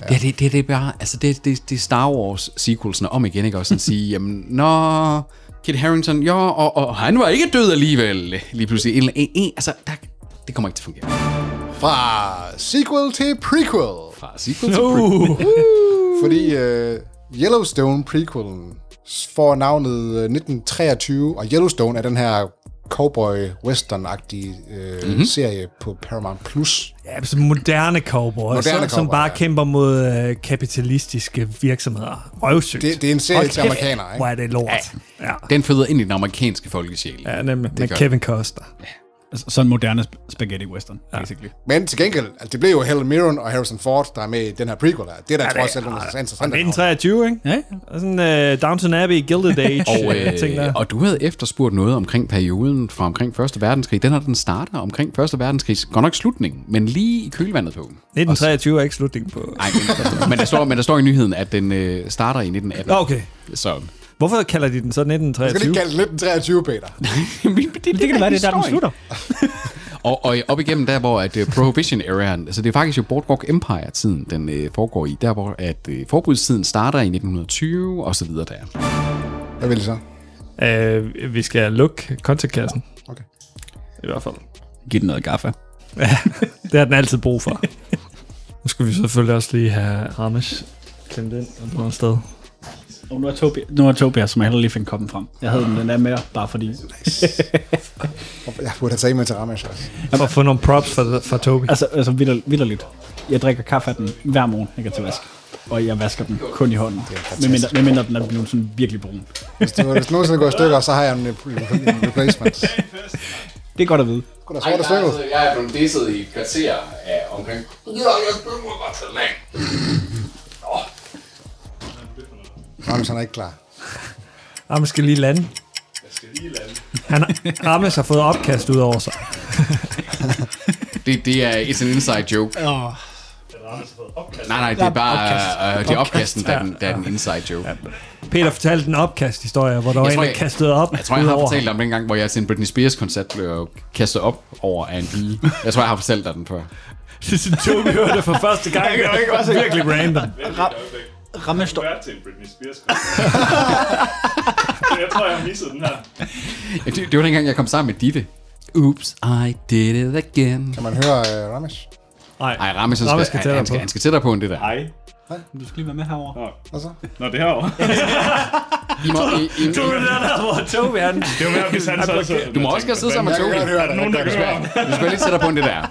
S3: Ja, det, det, det er bare, altså det, det, det er Star Wars sequelsene om igen, ikke også? Sådan sige, jamen, nå, Kit Harington, ja, og, og han var ikke død alligevel, lige pludselig. En, en, en, altså, der, det kommer ikke til at fungere.
S7: Fra sequel til prequel.
S3: Fra sequel til prequel.
S7: Fordi øh, Yellowstone prequelen får navnet øh, 1923, og Yellowstone er den her cowboy-western-agtige øh, mm-hmm. serie på Paramount+. Plus.
S2: Ja, sådan moderne cowboy, moderne som, som
S7: cowboy,
S2: bare
S7: ja.
S2: kæmper mod øh, kapitalistiske virksomheder. Røvsygt.
S7: Det- det er en serie
S2: Hold
S7: til
S2: kæft,
S7: amerikanere, ikke?
S2: Hvor er det lort. Ja, ja.
S3: Den føder ind i den amerikanske folkesjæl.
S2: ja nemlig. Med
S3: gør
S2: Kevin Costner.
S4: altså, sådan moderne sp- spaghetti western, ja. basically.
S7: Men til gengæld, altså, det blev jo Helen Mirren og Harrison Ford, der er med i den her prequel her. Det er da ja, trods alt nogle interessante navne.
S2: 1923, ikke?
S4: Ja,
S2: Og sådan øh, Downton Abbey, Gilded Age,
S3: Og,
S2: øh, ting der.
S3: øh, og du havde efterspurgt noget omkring perioden fra omkring 1. verdenskrig. Den her, den starter omkring 1. verdenskrig. Godt nok slutningen, men lige i kølvandet på.
S2: 1923 er ikke slutningen på...
S3: Nej, men, men, der står, men der står i nyheden, at den øh, starter i 1918.
S2: Nå, okay.
S3: Så
S2: Hvorfor kalder de den så
S7: Du skal
S2: 1923?
S7: ikke kalde den 1923, Peter.
S3: det, det,
S4: Men det kan det være, det er der, den slutter.
S3: Og, og op igennem der, hvor at øh, prohibition eraen altså det er faktisk jo Boardwalk Empire-tiden, den øh, foregår i, der hvor at øh, forbudstiden starter i 1920 og så videre der.
S7: Hvad vil I så?
S2: Øh, vi skal lukke kontaktkassen.
S7: Okay.
S2: I hvert fald.
S4: Giv den noget gaffa.
S2: Det har den altid brug for. nu skal vi selvfølgelig også lige have Ramesh klemt ind et eller andet sted.
S4: Og nu er Tobias, nu er Tobias som jeg heller lige fandt koppen frem. Jeg havde den, den der med, bare fordi...
S7: Jeg burde have taget med til Ramesh også.
S2: For at få nogle props fra, fra Toby.
S4: Altså, altså vidder, vidderligt. Jeg drikker kaffe af den hver morgen, jeg kan til vask. Og jeg vasker den kun i hånden. Med mindre, med mindre den er blevet sådan virkelig brun.
S7: Hvis, det, hvis det nogensinde går i stykker, så har jeg en, rep- en replacement.
S4: Det er godt at vide.
S7: Skulle da sort og stykket.
S3: jeg er blevet disset i et kvarter af omkring... Ja, jeg mig bare til lang.
S7: Ramesh, han er ikke klar.
S2: Ramesh skal lige lande. Han, Ramesh har fået opkast ud over sig.
S3: Det, det er it's an inside joke. Oh. Nej, nej, det er bare øh, det er opkasten, der er den, der er den inside joke.
S2: Peter fortalte en opkast-historie, hvor der var
S3: Jeg
S2: en,
S3: tror,
S2: der
S3: jeg-
S2: kastede op.
S3: Jeg tror, jeg
S2: ud
S3: har
S2: over
S3: fortalt
S2: ham.
S3: dig om dengang, hvor jeg til en Britney Spears-koncert blev kastet op over af en pige. Jeg tror, jeg har fortalt dig den før.
S2: Det er sådan, Toby hørte det for første gang. Det er ikke også virkelig random.
S4: Ramme står...
S10: vært til en Britney Spears koncert. jeg tror, jeg har misset den her.
S3: Det, det var dengang, jeg kom sammen med Ditte. Oops,
S2: Ah.
S3: I did it again.
S7: Kan man høre øh, Ramesh?
S3: Ej, Ramme, så
S2: Ramme skal
S3: skal, skal
S2: tættere
S3: han, skal,
S2: på.
S3: han skal tættere på end det der.
S10: Hej.
S4: Du skal lige være med herover.
S7: Hvad så?
S10: Nå, det her over.
S3: I må, I, I, I,
S2: Det var der, der, hvor Toby han...
S10: Det var mere, hvis han så... så
S3: du må også gerne sidde sammen med
S7: Jeg kan
S3: Tobi.
S7: godt høre
S10: Er
S7: dig.
S10: der nogen, der
S7: Jeg
S10: kan høre?
S7: godt.
S3: Du skal være lidt tættere på end det der.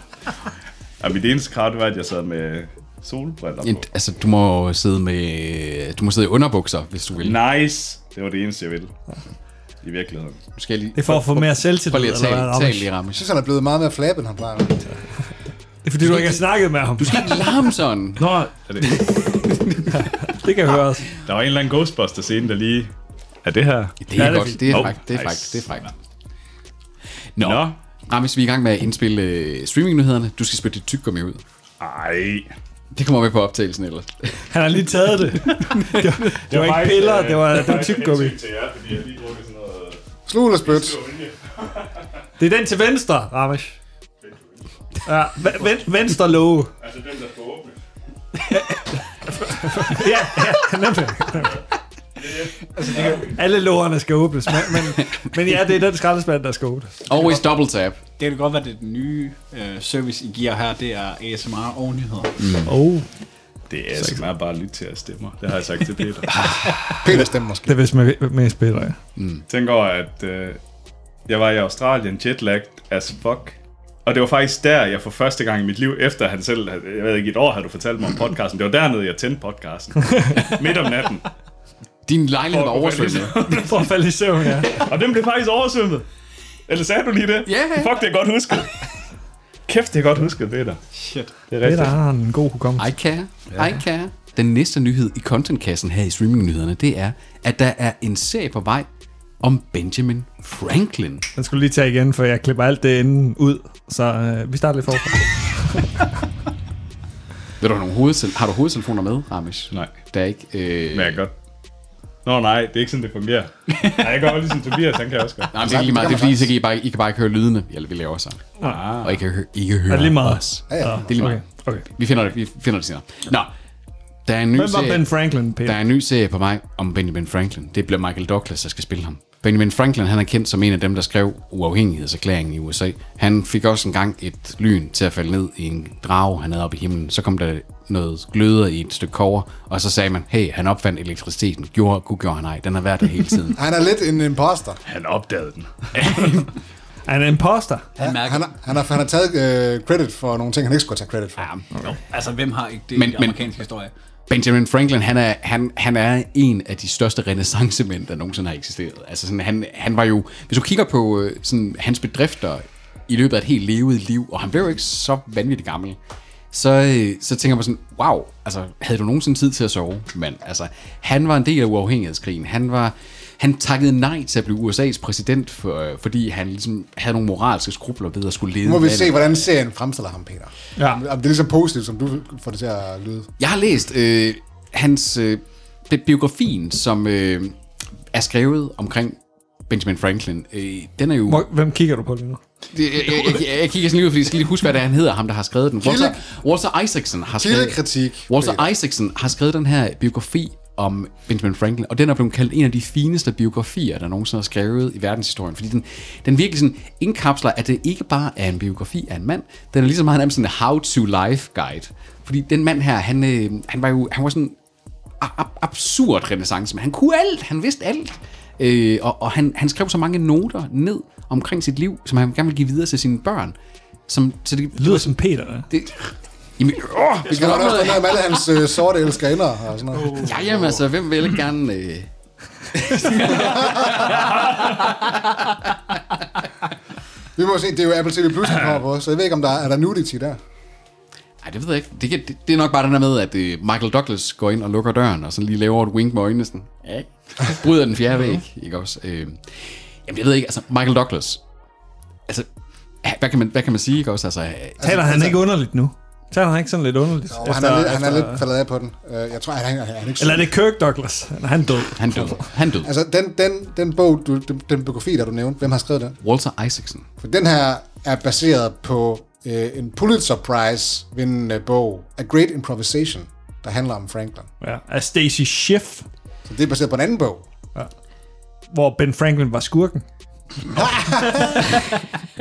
S10: Ja, mit eneste krav, det var, at jeg sad med solbriller
S3: En,
S10: på.
S3: altså, du må sidde med... Du må sidde i underbukser, hvis du vil.
S10: Nice. Det var det eneste, jeg ville. I virkeligheden.
S3: Du skal lige...
S2: Det er for at få mere
S3: Prøv
S2: selvtillid,
S3: lige at
S2: eller hvad,
S3: tale, tale
S2: Ramesh?
S3: lige, Ramme.
S7: Jeg synes, han er blevet meget mere flab, end han plejer.
S2: Det er fordi, du ikke har snakket med ham.
S3: Du skal ikke larme sådan.
S2: Nå,
S10: Er det,
S2: det kan høres.
S10: der var en eller anden Ghostbuster scene, der lige... Er det her?
S3: Det er
S2: det er
S3: godt.
S2: fint.
S3: Det er
S10: Hov,
S3: frækt. Det er
S10: nice.
S3: frækt. Det er frækt. Nå.
S10: Nå.
S3: Rammes, vi er i gang med at indspille øh, streamingnyhederne. Du skal spytte dit tyggegummi ud.
S10: Ej.
S3: Det kommer med på optagelsen ellers.
S2: Han har lige taget det. Det var, det var ikke
S10: faktisk,
S2: piller,
S10: øh,
S2: det var, det var
S10: faktisk
S2: tyggegummi.
S10: hensyn til jer, fordi jeg har lige drukket sådan noget
S7: Slug eller spyt?
S2: Det er den til venstre, Ramesh. Ja, ve- ven- venstre låge.
S10: Altså den, der får åbne.
S2: Ja, ja, nemlig. Alle lågerne skal åbnes, men, men, men ja, det er den skraldespand, der skal åbnes.
S3: Always double tap.
S4: Det kan godt være, det er den nye øh, service, I giver her, det er ASMR og nyheder.
S2: Oh.
S10: Det er ASMR bare lyt til at stemmer. Det har jeg sagt til Peter.
S7: Peter stemmer måske.
S2: Det er vist med, med spiller, ja.
S10: tænker over, at øh, jeg var i Australien jetlagt as fuck. Og det var faktisk der, jeg for første gang i mit liv, efter han selv, havde- jeg ved ikke, et år havde du fortalt mig om podcasten. Det var dernede, jeg tændte podcasten. Midt om natten.
S3: Din lejlighed var
S10: Fuck,
S3: oversvømmet.
S2: For at falde i søvn, ja.
S10: Og den blev faktisk oversvømmet. Eller sagde du lige det?
S3: Ja.
S10: Fuck, det er godt husket. Kæft, det er godt husket, Peter.
S4: Shit.
S10: Det er rigtigt.
S2: Peter har en god hukommelse.
S3: I care. I care. Den næste nyhed i contentkassen her i streamingnyhederne, det er, at der er en serie på vej om Benjamin Franklin.
S2: Den skulle lige tage igen, for jeg klipper alt det inden ud. Så øh, vi starter lidt forfra.
S3: Ved du, har, nogle hovedtel- har du hovedtelefoner med, Ramesh?
S10: Nej.
S3: Der er ikke... Øh...
S10: Men jeg
S3: Nej,
S10: kan godt. Nå nej, det er ikke sådan, det fungerer. Nej, jeg gør ligesom Tobias, han kan også godt.
S3: men Altså, det er lige meget. Det er fordi, så kan I, bare, I kan bare ikke høre lydene, eller vi laver sammen. Ah. Og I kan, høre, I kan høre
S2: det lige meget?
S3: os. Ja, ja. Det er lige meget.
S2: Okay. okay.
S3: Vi finder det, vi finder det senere. Nå, der er en ny
S2: Hvem var
S3: serie.
S2: Ben Franklin,
S3: Der er
S2: Peter?
S3: en ny serie på vej om Benjamin Franklin. Det bliver Michael Douglas, der skal spille ham. Benjamin Franklin han er kendt som en af dem, der skrev uafhængighedserklæringen i USA. Han fik også engang et lyn til at falde ned i en drage, han havde oppe i himlen. Så kom der noget gløder i et stykke kover, og så sagde man, hey, han opfandt elektriciteten. Gjorde, kunne gjorde han ej. Den har været der hele tiden.
S7: Han er lidt en imposter.
S10: Han opdagede den.
S2: Er han en imposter?
S7: Han, han, har, han, har, han har taget øh, credit for nogle ting, han ikke skulle tage credit for. Ja.
S4: Altså, hvem har ikke det
S3: Men-
S4: men, i
S3: men-
S4: amerikansk historie?
S3: Benjamin Franklin, han er, han, han er en af de største renaissancemænd, der nogensinde har eksisteret. Altså sådan, han, han var jo, hvis du kigger på øh, sådan, hans bedrifter i løbet af et helt levet liv, og han blev jo ikke så vanvittigt gammel, så, øh, så tænker man sådan, wow, altså, havde du nogensinde tid til at sove? Men altså, han var en del af uafhængighedskrigen. Han var, han takkede nej til at blive USA's præsident, for, øh, fordi han ligesom havde nogle moralske skrubler ved at skulle lede
S7: Nu må vi
S3: landet.
S7: se, hvordan serien fremstiller ham, Peter.
S2: Ja.
S7: Om det er lige så positivt, som du får det til at lyde.
S3: Jeg har læst øh, hans øh, bi- biografien, som øh, er skrevet omkring Benjamin Franklin. Øh, den er jo...
S2: Hvor- Hvem kigger du på lige nu?
S3: Jeg, jeg, jeg, jeg kigger sådan lige ud, fordi jeg skal lige huske, hvad det er, han hedder, ham der har skrevet den. Walter, Walter Isaacson har skrevet...
S7: Kildekritik,
S3: Walter
S7: Peter.
S3: Isaacson har skrevet den her biografi om Benjamin Franklin, og den er blevet kaldt en af de fineste biografier, der nogensinde er skrevet i verdenshistorien, fordi den, den virkelig sådan indkapsler, at det ikke bare er en biografi af en mand, den er ligesom meget nærmest sådan en how-to-life guide. Fordi den mand her, han, øh, han var jo han var sådan a- a- absurd renaissance, men han kunne alt, han vidste alt. Øh, og og han, han skrev så mange noter ned omkring sit liv, som han gerne ville give videre til sine børn. Som, så det
S2: Lyder som Peter, ja.
S3: Det, jamen, åh, vi
S7: Vi
S3: skal
S7: skal
S3: op
S7: nok også
S3: med,
S7: noget om alle hans øh, sorte elskerinder og sådan noget.
S3: Ja, jamen altså, hvem vil ikke gerne... Øh...
S7: Vi må se, det er jo Apple TV Plus, der kommer på, så jeg ved ikke, om der er, er der nudity der.
S3: Ej, det ved jeg ikke. Det, kan, det, det er nok bare den der med, at øh, Michael Douglas går ind og lukker døren, og sådan lige laver et wink med øjnene. Sådan. Ja. Bryder den fjerde væg, ikke også? Øh, jamen, jeg ved ikke, altså, Michael Douglas... Altså, hvad kan man, hvad kan man sige, ikke også? Altså, øh,
S2: Taler han ikke underligt nu? Taler han ikke sådan lidt underligt?
S7: Og han, er lidt, han er lidt faldet af på den. Øh, Jeg tror, han, han, han er ikke
S2: Eller er det Kirk Douglas? Han- Han død.
S3: han døde. Han døde.
S7: Altså, den, den, den bog, du, den, den biografi, der du nævnte, hvem har skrevet den?
S3: Walter Isaacson.
S7: For den her er baseret på øh, en Pulitzer Prize-vindende bog, A Great Improvisation, der handler om Franklin.
S2: Ja. Af Stacy Schiff,
S7: Så det er baseret på en anden bog.
S2: hvor Ben Franklin var skurken.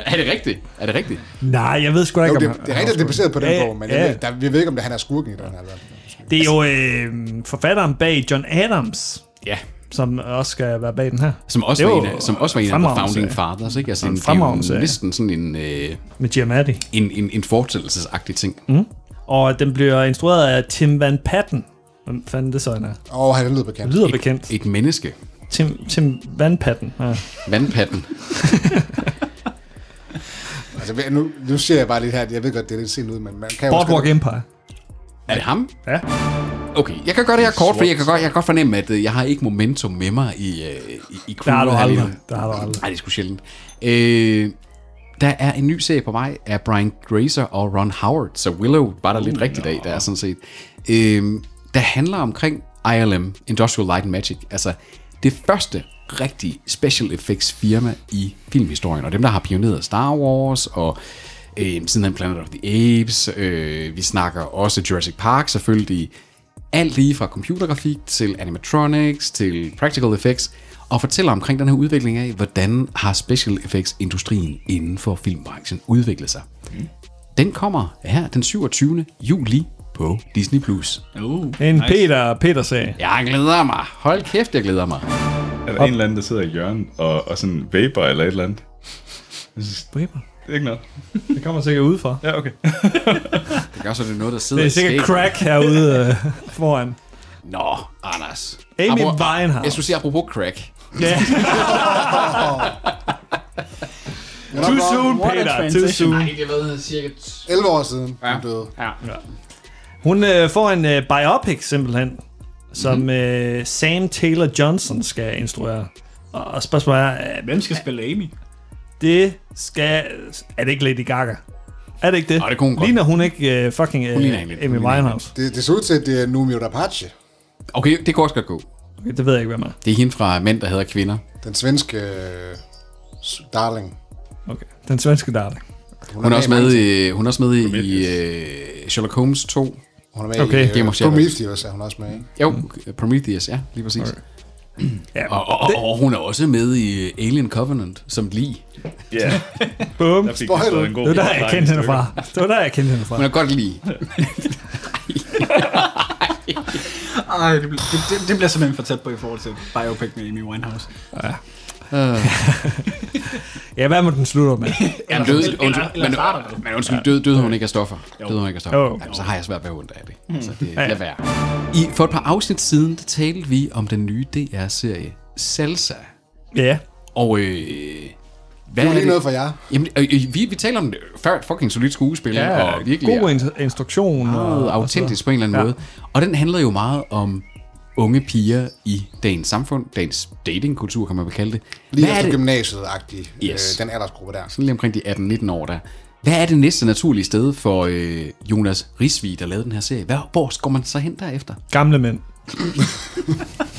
S3: Er det rigtigt? Er det rigtigt?
S2: Nej, jeg ved sgu da
S7: Jo,
S2: ikke,
S7: det,
S2: om han-
S7: det er rigtigt, det er baseret på den
S2: Ja,
S7: bog, men jeg
S2: ja.
S7: ved, der, vi ved ikke, om det, han er skurken i den her. verden.
S2: Det er jo øh, forfatteren bag John Adams,
S3: Ja.
S2: som også skal være bag den her.
S3: Som også,
S2: Det
S3: var
S2: var
S3: en af, som også var en af the
S2: fremragende
S3: founding
S2: serie.
S3: fathers, ikke? Altså,
S2: En
S3: en, det
S2: fremragende
S3: er jo
S2: serie.
S3: næsten sådan en, øh,
S2: Med Giamatti.
S3: en, en, en fortællelsesagtig ting.
S2: Mhm. Og den bliver instrueret af Tim Van Patten. Hvem fanden det så end er?
S7: Åh, oh, han lyder bekendt.
S2: Det lyder bekendt.
S3: Et menneske.
S2: Tim, Tim Van Patten. Ja.
S3: Vandpatten.
S7: Altså, ved- nu, nu ser jeg bare lidt her, at jeg ved godt, det er lidt sent ud, men man kan jo også
S2: Boardwalk Empire.
S3: Er det ham?
S2: Ja.
S3: Okay, jeg kan gøre det her kort, for jeg kan godt, jeg kan godt fornemme, at øh, jeg har ikke momentum med mig i, øh, i, i
S2: Der har du
S3: crewet her lige
S2: aldrig.
S3: nu.
S2: Der har du aldrig.
S3: Nej, det er sgu sjældent. Øh, der er en ny serie på vej af Brian Grazer og Ron Howard, så Willow var der uh, lidt rigtigt af, der er sådan set. Øhm, Øh, der handler omkring ILM, Industrial Light and Magic, altså det første rigtig special effects firma i filmhistorien, og dem, der har pioneret Star Wars, og øh, sidenhen Planet of the Apes, øh, vi snakker også Jurassic Park selvfølgelig, alt lige fra computergrafik til animatronics til practical effects, og fortæller omkring den her udvikling af, hvordan har special effects industrien inden for filmbranchen udviklet sig. Den kommer her den 27. juli på Disney+. Plus.
S4: Uh.
S2: En nice. Peter, Peter sagde.
S3: Jeg glæder mig. Hold kæft, jeg glæder mig.
S10: Er der en eller anden, der sidder i hjørnet og, og sådan vaper eller et eller andet? Jeg synes,
S2: Vaper?
S10: det er ikke noget.
S2: Det kommer sikkert udefra.
S10: Ja, okay.
S3: Det gør så, det er noget, der sidder
S2: Det er
S3: i
S2: sikkert
S3: skægget.
S2: crack herude øh, foran.
S3: Nå, Anders.
S2: Amy
S3: Apropos-
S2: Winehouse.
S3: Jeg skulle sige apropos crack.
S2: Ja. Too soon,
S4: What
S2: Peter.
S4: a
S2: Too
S4: transition.
S2: soon.
S3: Jeg ved cirka...
S7: 11 år siden, ja. hun døde.
S3: Ja.
S2: Hun øh, får en øh, biopic simpelthen, som
S3: Mhm.
S2: mm-hmm. øh, Sam Taylor Johnson skal instruere. Og, og spørgsmålet er, øh,
S4: Hvem skal spille Amy?
S2: det skal... Er det ikke Lady Gaga? Er det ikke det?
S3: Nå, det kunne hun godt.
S2: ligner hun ikke øh, fucking øh,
S3: Hun ligner ikke lidt.
S2: Amy
S3: Hun ligner
S2: Winehouse?
S7: Det, det så ud til, at det er Numio Rapace,
S3: Okay, det kunne også godt gå.
S2: Okay, det ved jeg ikke, hvem er.
S3: Det er hende fra Mænd, der hader kvinder.
S7: den svenske øh, s- darling.
S2: Okay. Den svenske darling.
S3: Hun er også
S7: i
S3: med,
S7: mange ting.
S3: i, hun er også med i, i øh, Sherlock Holmes 2.
S7: Hun er med
S2: Okay.
S7: i
S3: Game
S7: Game
S3: of
S7: of
S3: Shadows.
S7: Prometheus er hun også med i.
S3: Jo, Prometheus, ja, lige præcis. Okay.
S2: Ja,
S3: Og, og, og, og hun er også med i øh, Alien Covenant, som lige.
S10: Ja,
S2: Bum.
S10: der fik
S7: Spoiler.
S10: jeg en god
S2: Det var der, jeg kendte hende fra. Det var der, jeg kendte hende fra.
S3: Hun er godt lige.
S4: Ej, det, bliver- det, det, det bliver simpelthen for tæt på i forhold til biopic med Amy Winehouse.
S2: Ja, hvad må den slutte med?
S3: Jamen, døde,
S4: eller-
S3: undskyld,
S4: eller
S3: men,
S4: starter det.
S3: men undskyld, døde, døde hun ikke af stoffer? Døde hun ikke af stoffer?
S2: Jo.
S3: Jamen, så har jeg svært ved at undre af det.
S4: Mm.
S3: Altså, det lad være. I, for et par afsnit siden, der talte vi om den nye DR-serie Salsa.
S2: Ja.
S3: Og øh, hvad
S7: Det er
S3: er
S7: lige
S3: det?
S7: noget for jer.
S3: Jamen, øh, øh, vi, vi taler om det før et fucking solidt skuespil, ja, og virkelig
S2: god
S3: er
S2: in- instruktion.
S3: meget autentisk på en eller anden ja.
S2: Ja.
S3: måde. Og den handler jo meget om unge piger i dagens samfund, dagens datingkultur, kan man vel kalde det.
S7: Lige
S3: Hvad er
S7: efter
S3: det?
S7: gymnasiet-agtig,
S3: Yes.
S7: øh, den aldersgruppe der.
S3: sådan altså lige omkring de 18-19 år der. Hvad er det næste naturlige sted for øh, Jonas Risvig, der lavede den her serie? Hvor, hvor går man så hen derefter?
S2: Gamle mænd.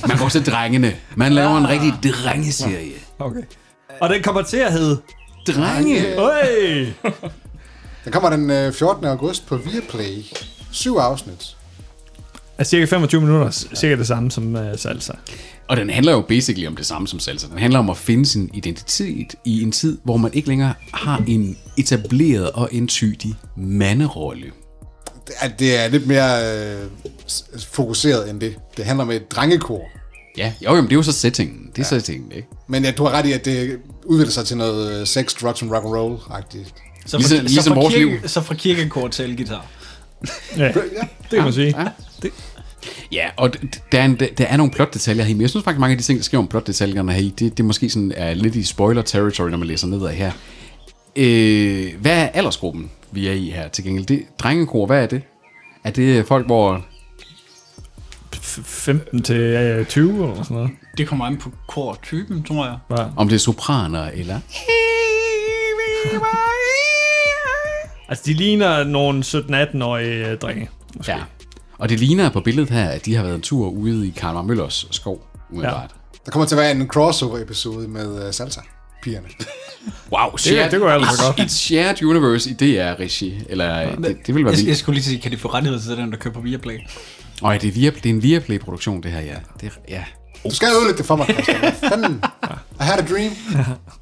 S3: Man går til drengene. Man laver en rigtig drengeserie.
S2: Okay. Og den kommer til at hedde...
S3: Drenge!
S2: Øj!
S7: Øh, Den kommer den øh, 14. august på Viaplay. Syv afsnit.
S2: Er cirka 25 minutter, cirka det samme som uh, salsa.
S3: Og den handler jo basically om det samme som salsa. Den handler om at finde sin identitet i en tid, hvor man ikke længere har en etableret og entydig manderolle.
S7: Det er, det er lidt mere øh, s- fokuseret end det. Det handler om et drengekor.
S3: Ja, jo, jamen, det er jo så settingen. Det er ja. settingen, ikke?
S7: Men ja, du har ret i, at det udvikler sig til noget øh, sex, drugs and rock and roll-agtigt.
S4: Så
S3: Ligesom- ligesom
S4: fra
S3: vores
S4: kirke,
S3: liv.
S4: Så fra kirkekor til elgitar.
S2: Ja, det kan man sige.
S3: Ja, og d- d- der er, en, der der er nogle plotdetaljer her i, men jeg synes faktisk, mange af de ting, der sker om plotdetaljerne her i, det, det måske sådan er lidt i spoiler territory, når man læser nedad her. Øh, hvad er aldersgruppen, vi er i her til gengæld? Det, drengekor, hvad er det? Er det folk, hvor...
S2: F- 15 til uh, 20 eller sådan noget.
S4: Det kommer an på kor-typen, tror jeg.
S3: Om det er sopraner, eller...
S2: Altså, de ligner nogle 17-18-årige øh, drenge.
S3: Ja. Og det ligner på billedet her, at de har været en tur ude i Karl Møllers skov, umiddelbart.
S7: Der kommer til at være en crossover-episode med øh, Salsa-pigerne.
S3: Wow, shared,
S2: det kunne jeg altså godt.
S3: Et shared universe i DR-regi, eller... Ja, det, det ville være
S4: Jeg, jeg
S3: vildt.
S4: skulle lige sige, kan de få rettighed til den, der kører på Viaplay?
S3: Og er det, via, det er en Viaplay-produktion, det her, ja. Det, er- ja.
S7: Du skal udlægge det for mig, Christian. Hvad Fanden. I had a dream.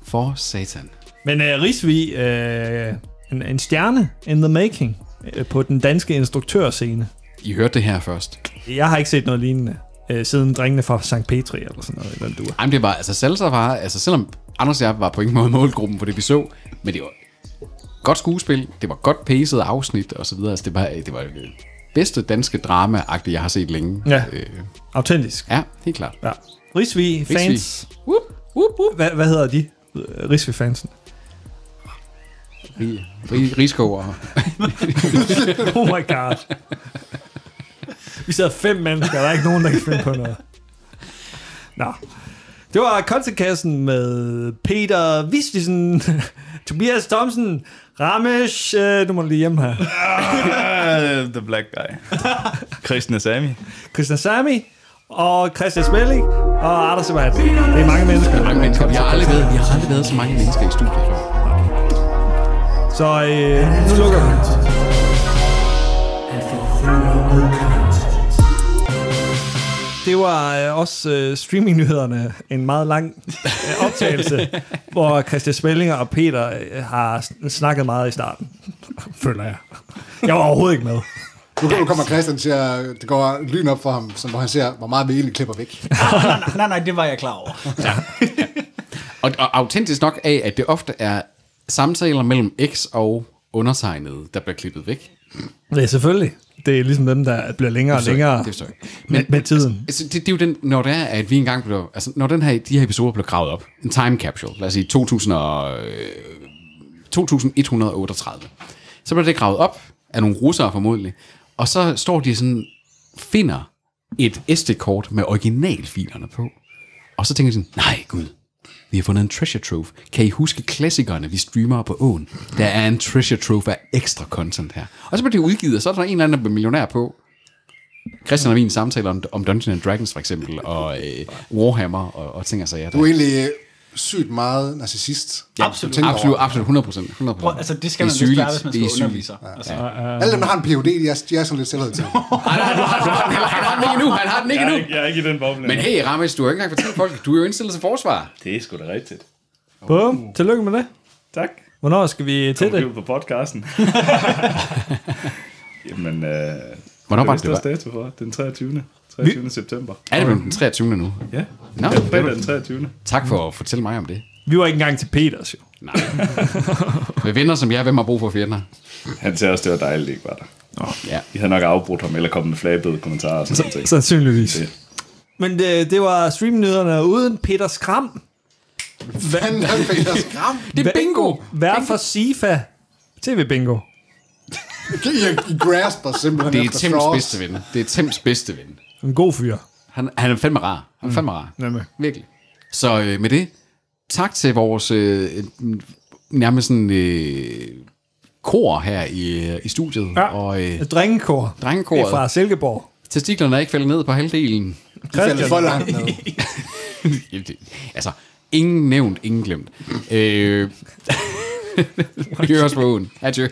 S3: For satan.
S2: Men uh, Risvig, uh, en, en stjerne in the making uh, på den danske instruktørscene.
S3: I hørte det her først.
S2: Jeg har ikke set noget lignende uh, siden drengene fra St. Petri eller sådan noget. i Den dur.
S3: Jamen, det var, altså salsa var, altså selvom Anders og jeg var på ingen måde målgruppen for det, vi så, men det var godt skuespil, det var godt paced afsnit og så videre. Altså, det var, det var det bedste danske drama jeg har set længe.
S2: Ja.
S3: Øh,
S2: Autentisk.
S3: ja, helt klart.
S2: Ja. Risvig fans.
S3: Whoop, whoop, whoop.
S2: Hva, hvad hedder de? Risvig fansen.
S3: Rig, rig, Rigskov og...
S2: Oh my god. Vi sidder fem mennesker, der er ikke nogen, der kan finde på noget. Nå. Det var Kontekassen med Peter Vistisen, Tobias Thomsen, Ramesh, øh, nu må du lige hjem her,
S10: Ah, Uh, the black guy. Christian Asami.
S2: Christian Sami og Christian Smelling og Anders Sebat. Det er mange mennesker. der
S3: Mange
S2: er
S3: mennesker.
S2: kommet
S3: Vi har
S2: til
S3: aldrig
S2: at-
S3: været, vi har aldrig været så mange mennesker i studiet før.
S2: Så øh, nu lukker vi.
S8: and fulfill our content.
S2: Det var øh, også øh, streamingnyhederne. En meget lang øh, optagelse, hvor Christian Spellinger og Peter øh, har sn- snakket meget i starten. Føler jeg. Jeg var overhovedet ikke med.
S7: Nu nu kommer Christian til at det går lyn op for ham, som, hvor han ser, hvor meget vi egentlig klipper væk.
S4: Nej, nej, nej, det var jeg klar over.
S3: Og, og autentisk nok af, at det ofte er samtaler mellem X og undertegnede, der bliver klippet væk.
S2: Ja, selvfølgelig. Det er ligesom dem, der bliver længere og
S3: forstår jeg.
S2: længere
S3: Altså, Det forstår jeg.
S2: med, med tiden.
S3: Altså, det, det er jo den, når det er, at vi engang blev, altså når den her, de her episoder blev gravet op, en time capsule, lad os sige 2000 og, øh, 2138, så blev det gravet op af nogle russere formodentlig, og så står de sådan, finder et SD-kort med originalfilerne på, og så tænker de sådan, nej gud, vi har fundet en treasure trove. Kan I huske klassikerne, vi streamer på åen? Der er en treasure trove af ekstra content her. Og så bliver det udgivet, og så er der en eller anden, der bliver millionær på, Christian og min samtaler om, om Dungeons and Dragons for eksempel, og øh, Warhammer og, og ting og sager.
S7: Du er
S3: Der.
S7: egentlig øh, sygt meget narcissist.
S4: Absolut.
S7: Tænk over
S3: Absolut,
S7: det.
S3: absolut, 100%. 100%.
S4: Prøv, altså, det skal
S3: Det er
S4: man vist være,
S3: sygeligt.
S4: hvis man
S3: Det er
S4: skal
S3: sygeligt.
S4: undervise. Altså, ja.
S7: Alle dem, der har en PhD, de er, de er sådan lidt selvhed til.
S3: Nej, nej, du har, du har, den- han har den ikke endnu, han har den ikke
S10: Jeg er
S3: endnu.
S10: ikke, jeg er ikke i den boble.
S3: Men hey, Rames, du har ikke engang fortalt folk, du er jo indstillet til forsvar.
S10: Det er sgu da rigtigt.
S2: Bum. Tillykke med det.
S10: Tak.
S2: Hvornår skal vi til
S10: Kommer
S2: det?
S10: du på podcasten? Jamen, øh,
S3: Hvornår var det,
S10: det
S3: det
S10: var?
S3: var?
S10: dato for? Den 23. 23. september.
S3: Er det blevet den 23. nu?
S10: Ja,
S3: Nå,
S10: det er fredag den 23.
S3: tak for at fortælle mig om det.
S2: Vi var ikke engang til Peters, jo.
S3: Med venner som jeg, hvem har brug for fjender?
S10: Han sagde også, det var dejligt, ikke var der.
S3: Ja.
S10: I havde nok afbrudt ham, eller kommet med flabede kommentarer og sådan noget.
S2: Sandsynligvis.
S10: Det.
S2: Men øh, det, det var streamnyhederne uden Peter Skram.
S7: Fanden, han Peter Skram.
S3: Det er bingo!
S2: Vær for SIFA. TV Bingo.
S7: I, I grasper simpelthen
S3: Det er
S7: efter
S3: Tims
S7: flaws.
S3: bedste ven. Det er Tims bedste ven.
S2: En god fyr.
S3: Han, han er fandme rar. Han er fandme rar.
S2: Nemlig.
S3: Virkelig. Så øh, med det, tak til vores øh, nærmest sådan øh, kor her i, øh, i studiet.
S2: Ja.
S3: Og øh,
S2: Et drengekor. Det er
S3: drengekoret.
S2: fra Silkeborg.
S3: Testiklerne er ikke faldet ned på halvdelen.
S7: De falder for langt ned.
S3: Jamen, det- altså, ingen nævnt, ingen glemt. Øh, vi hører os på ugen. Adieu.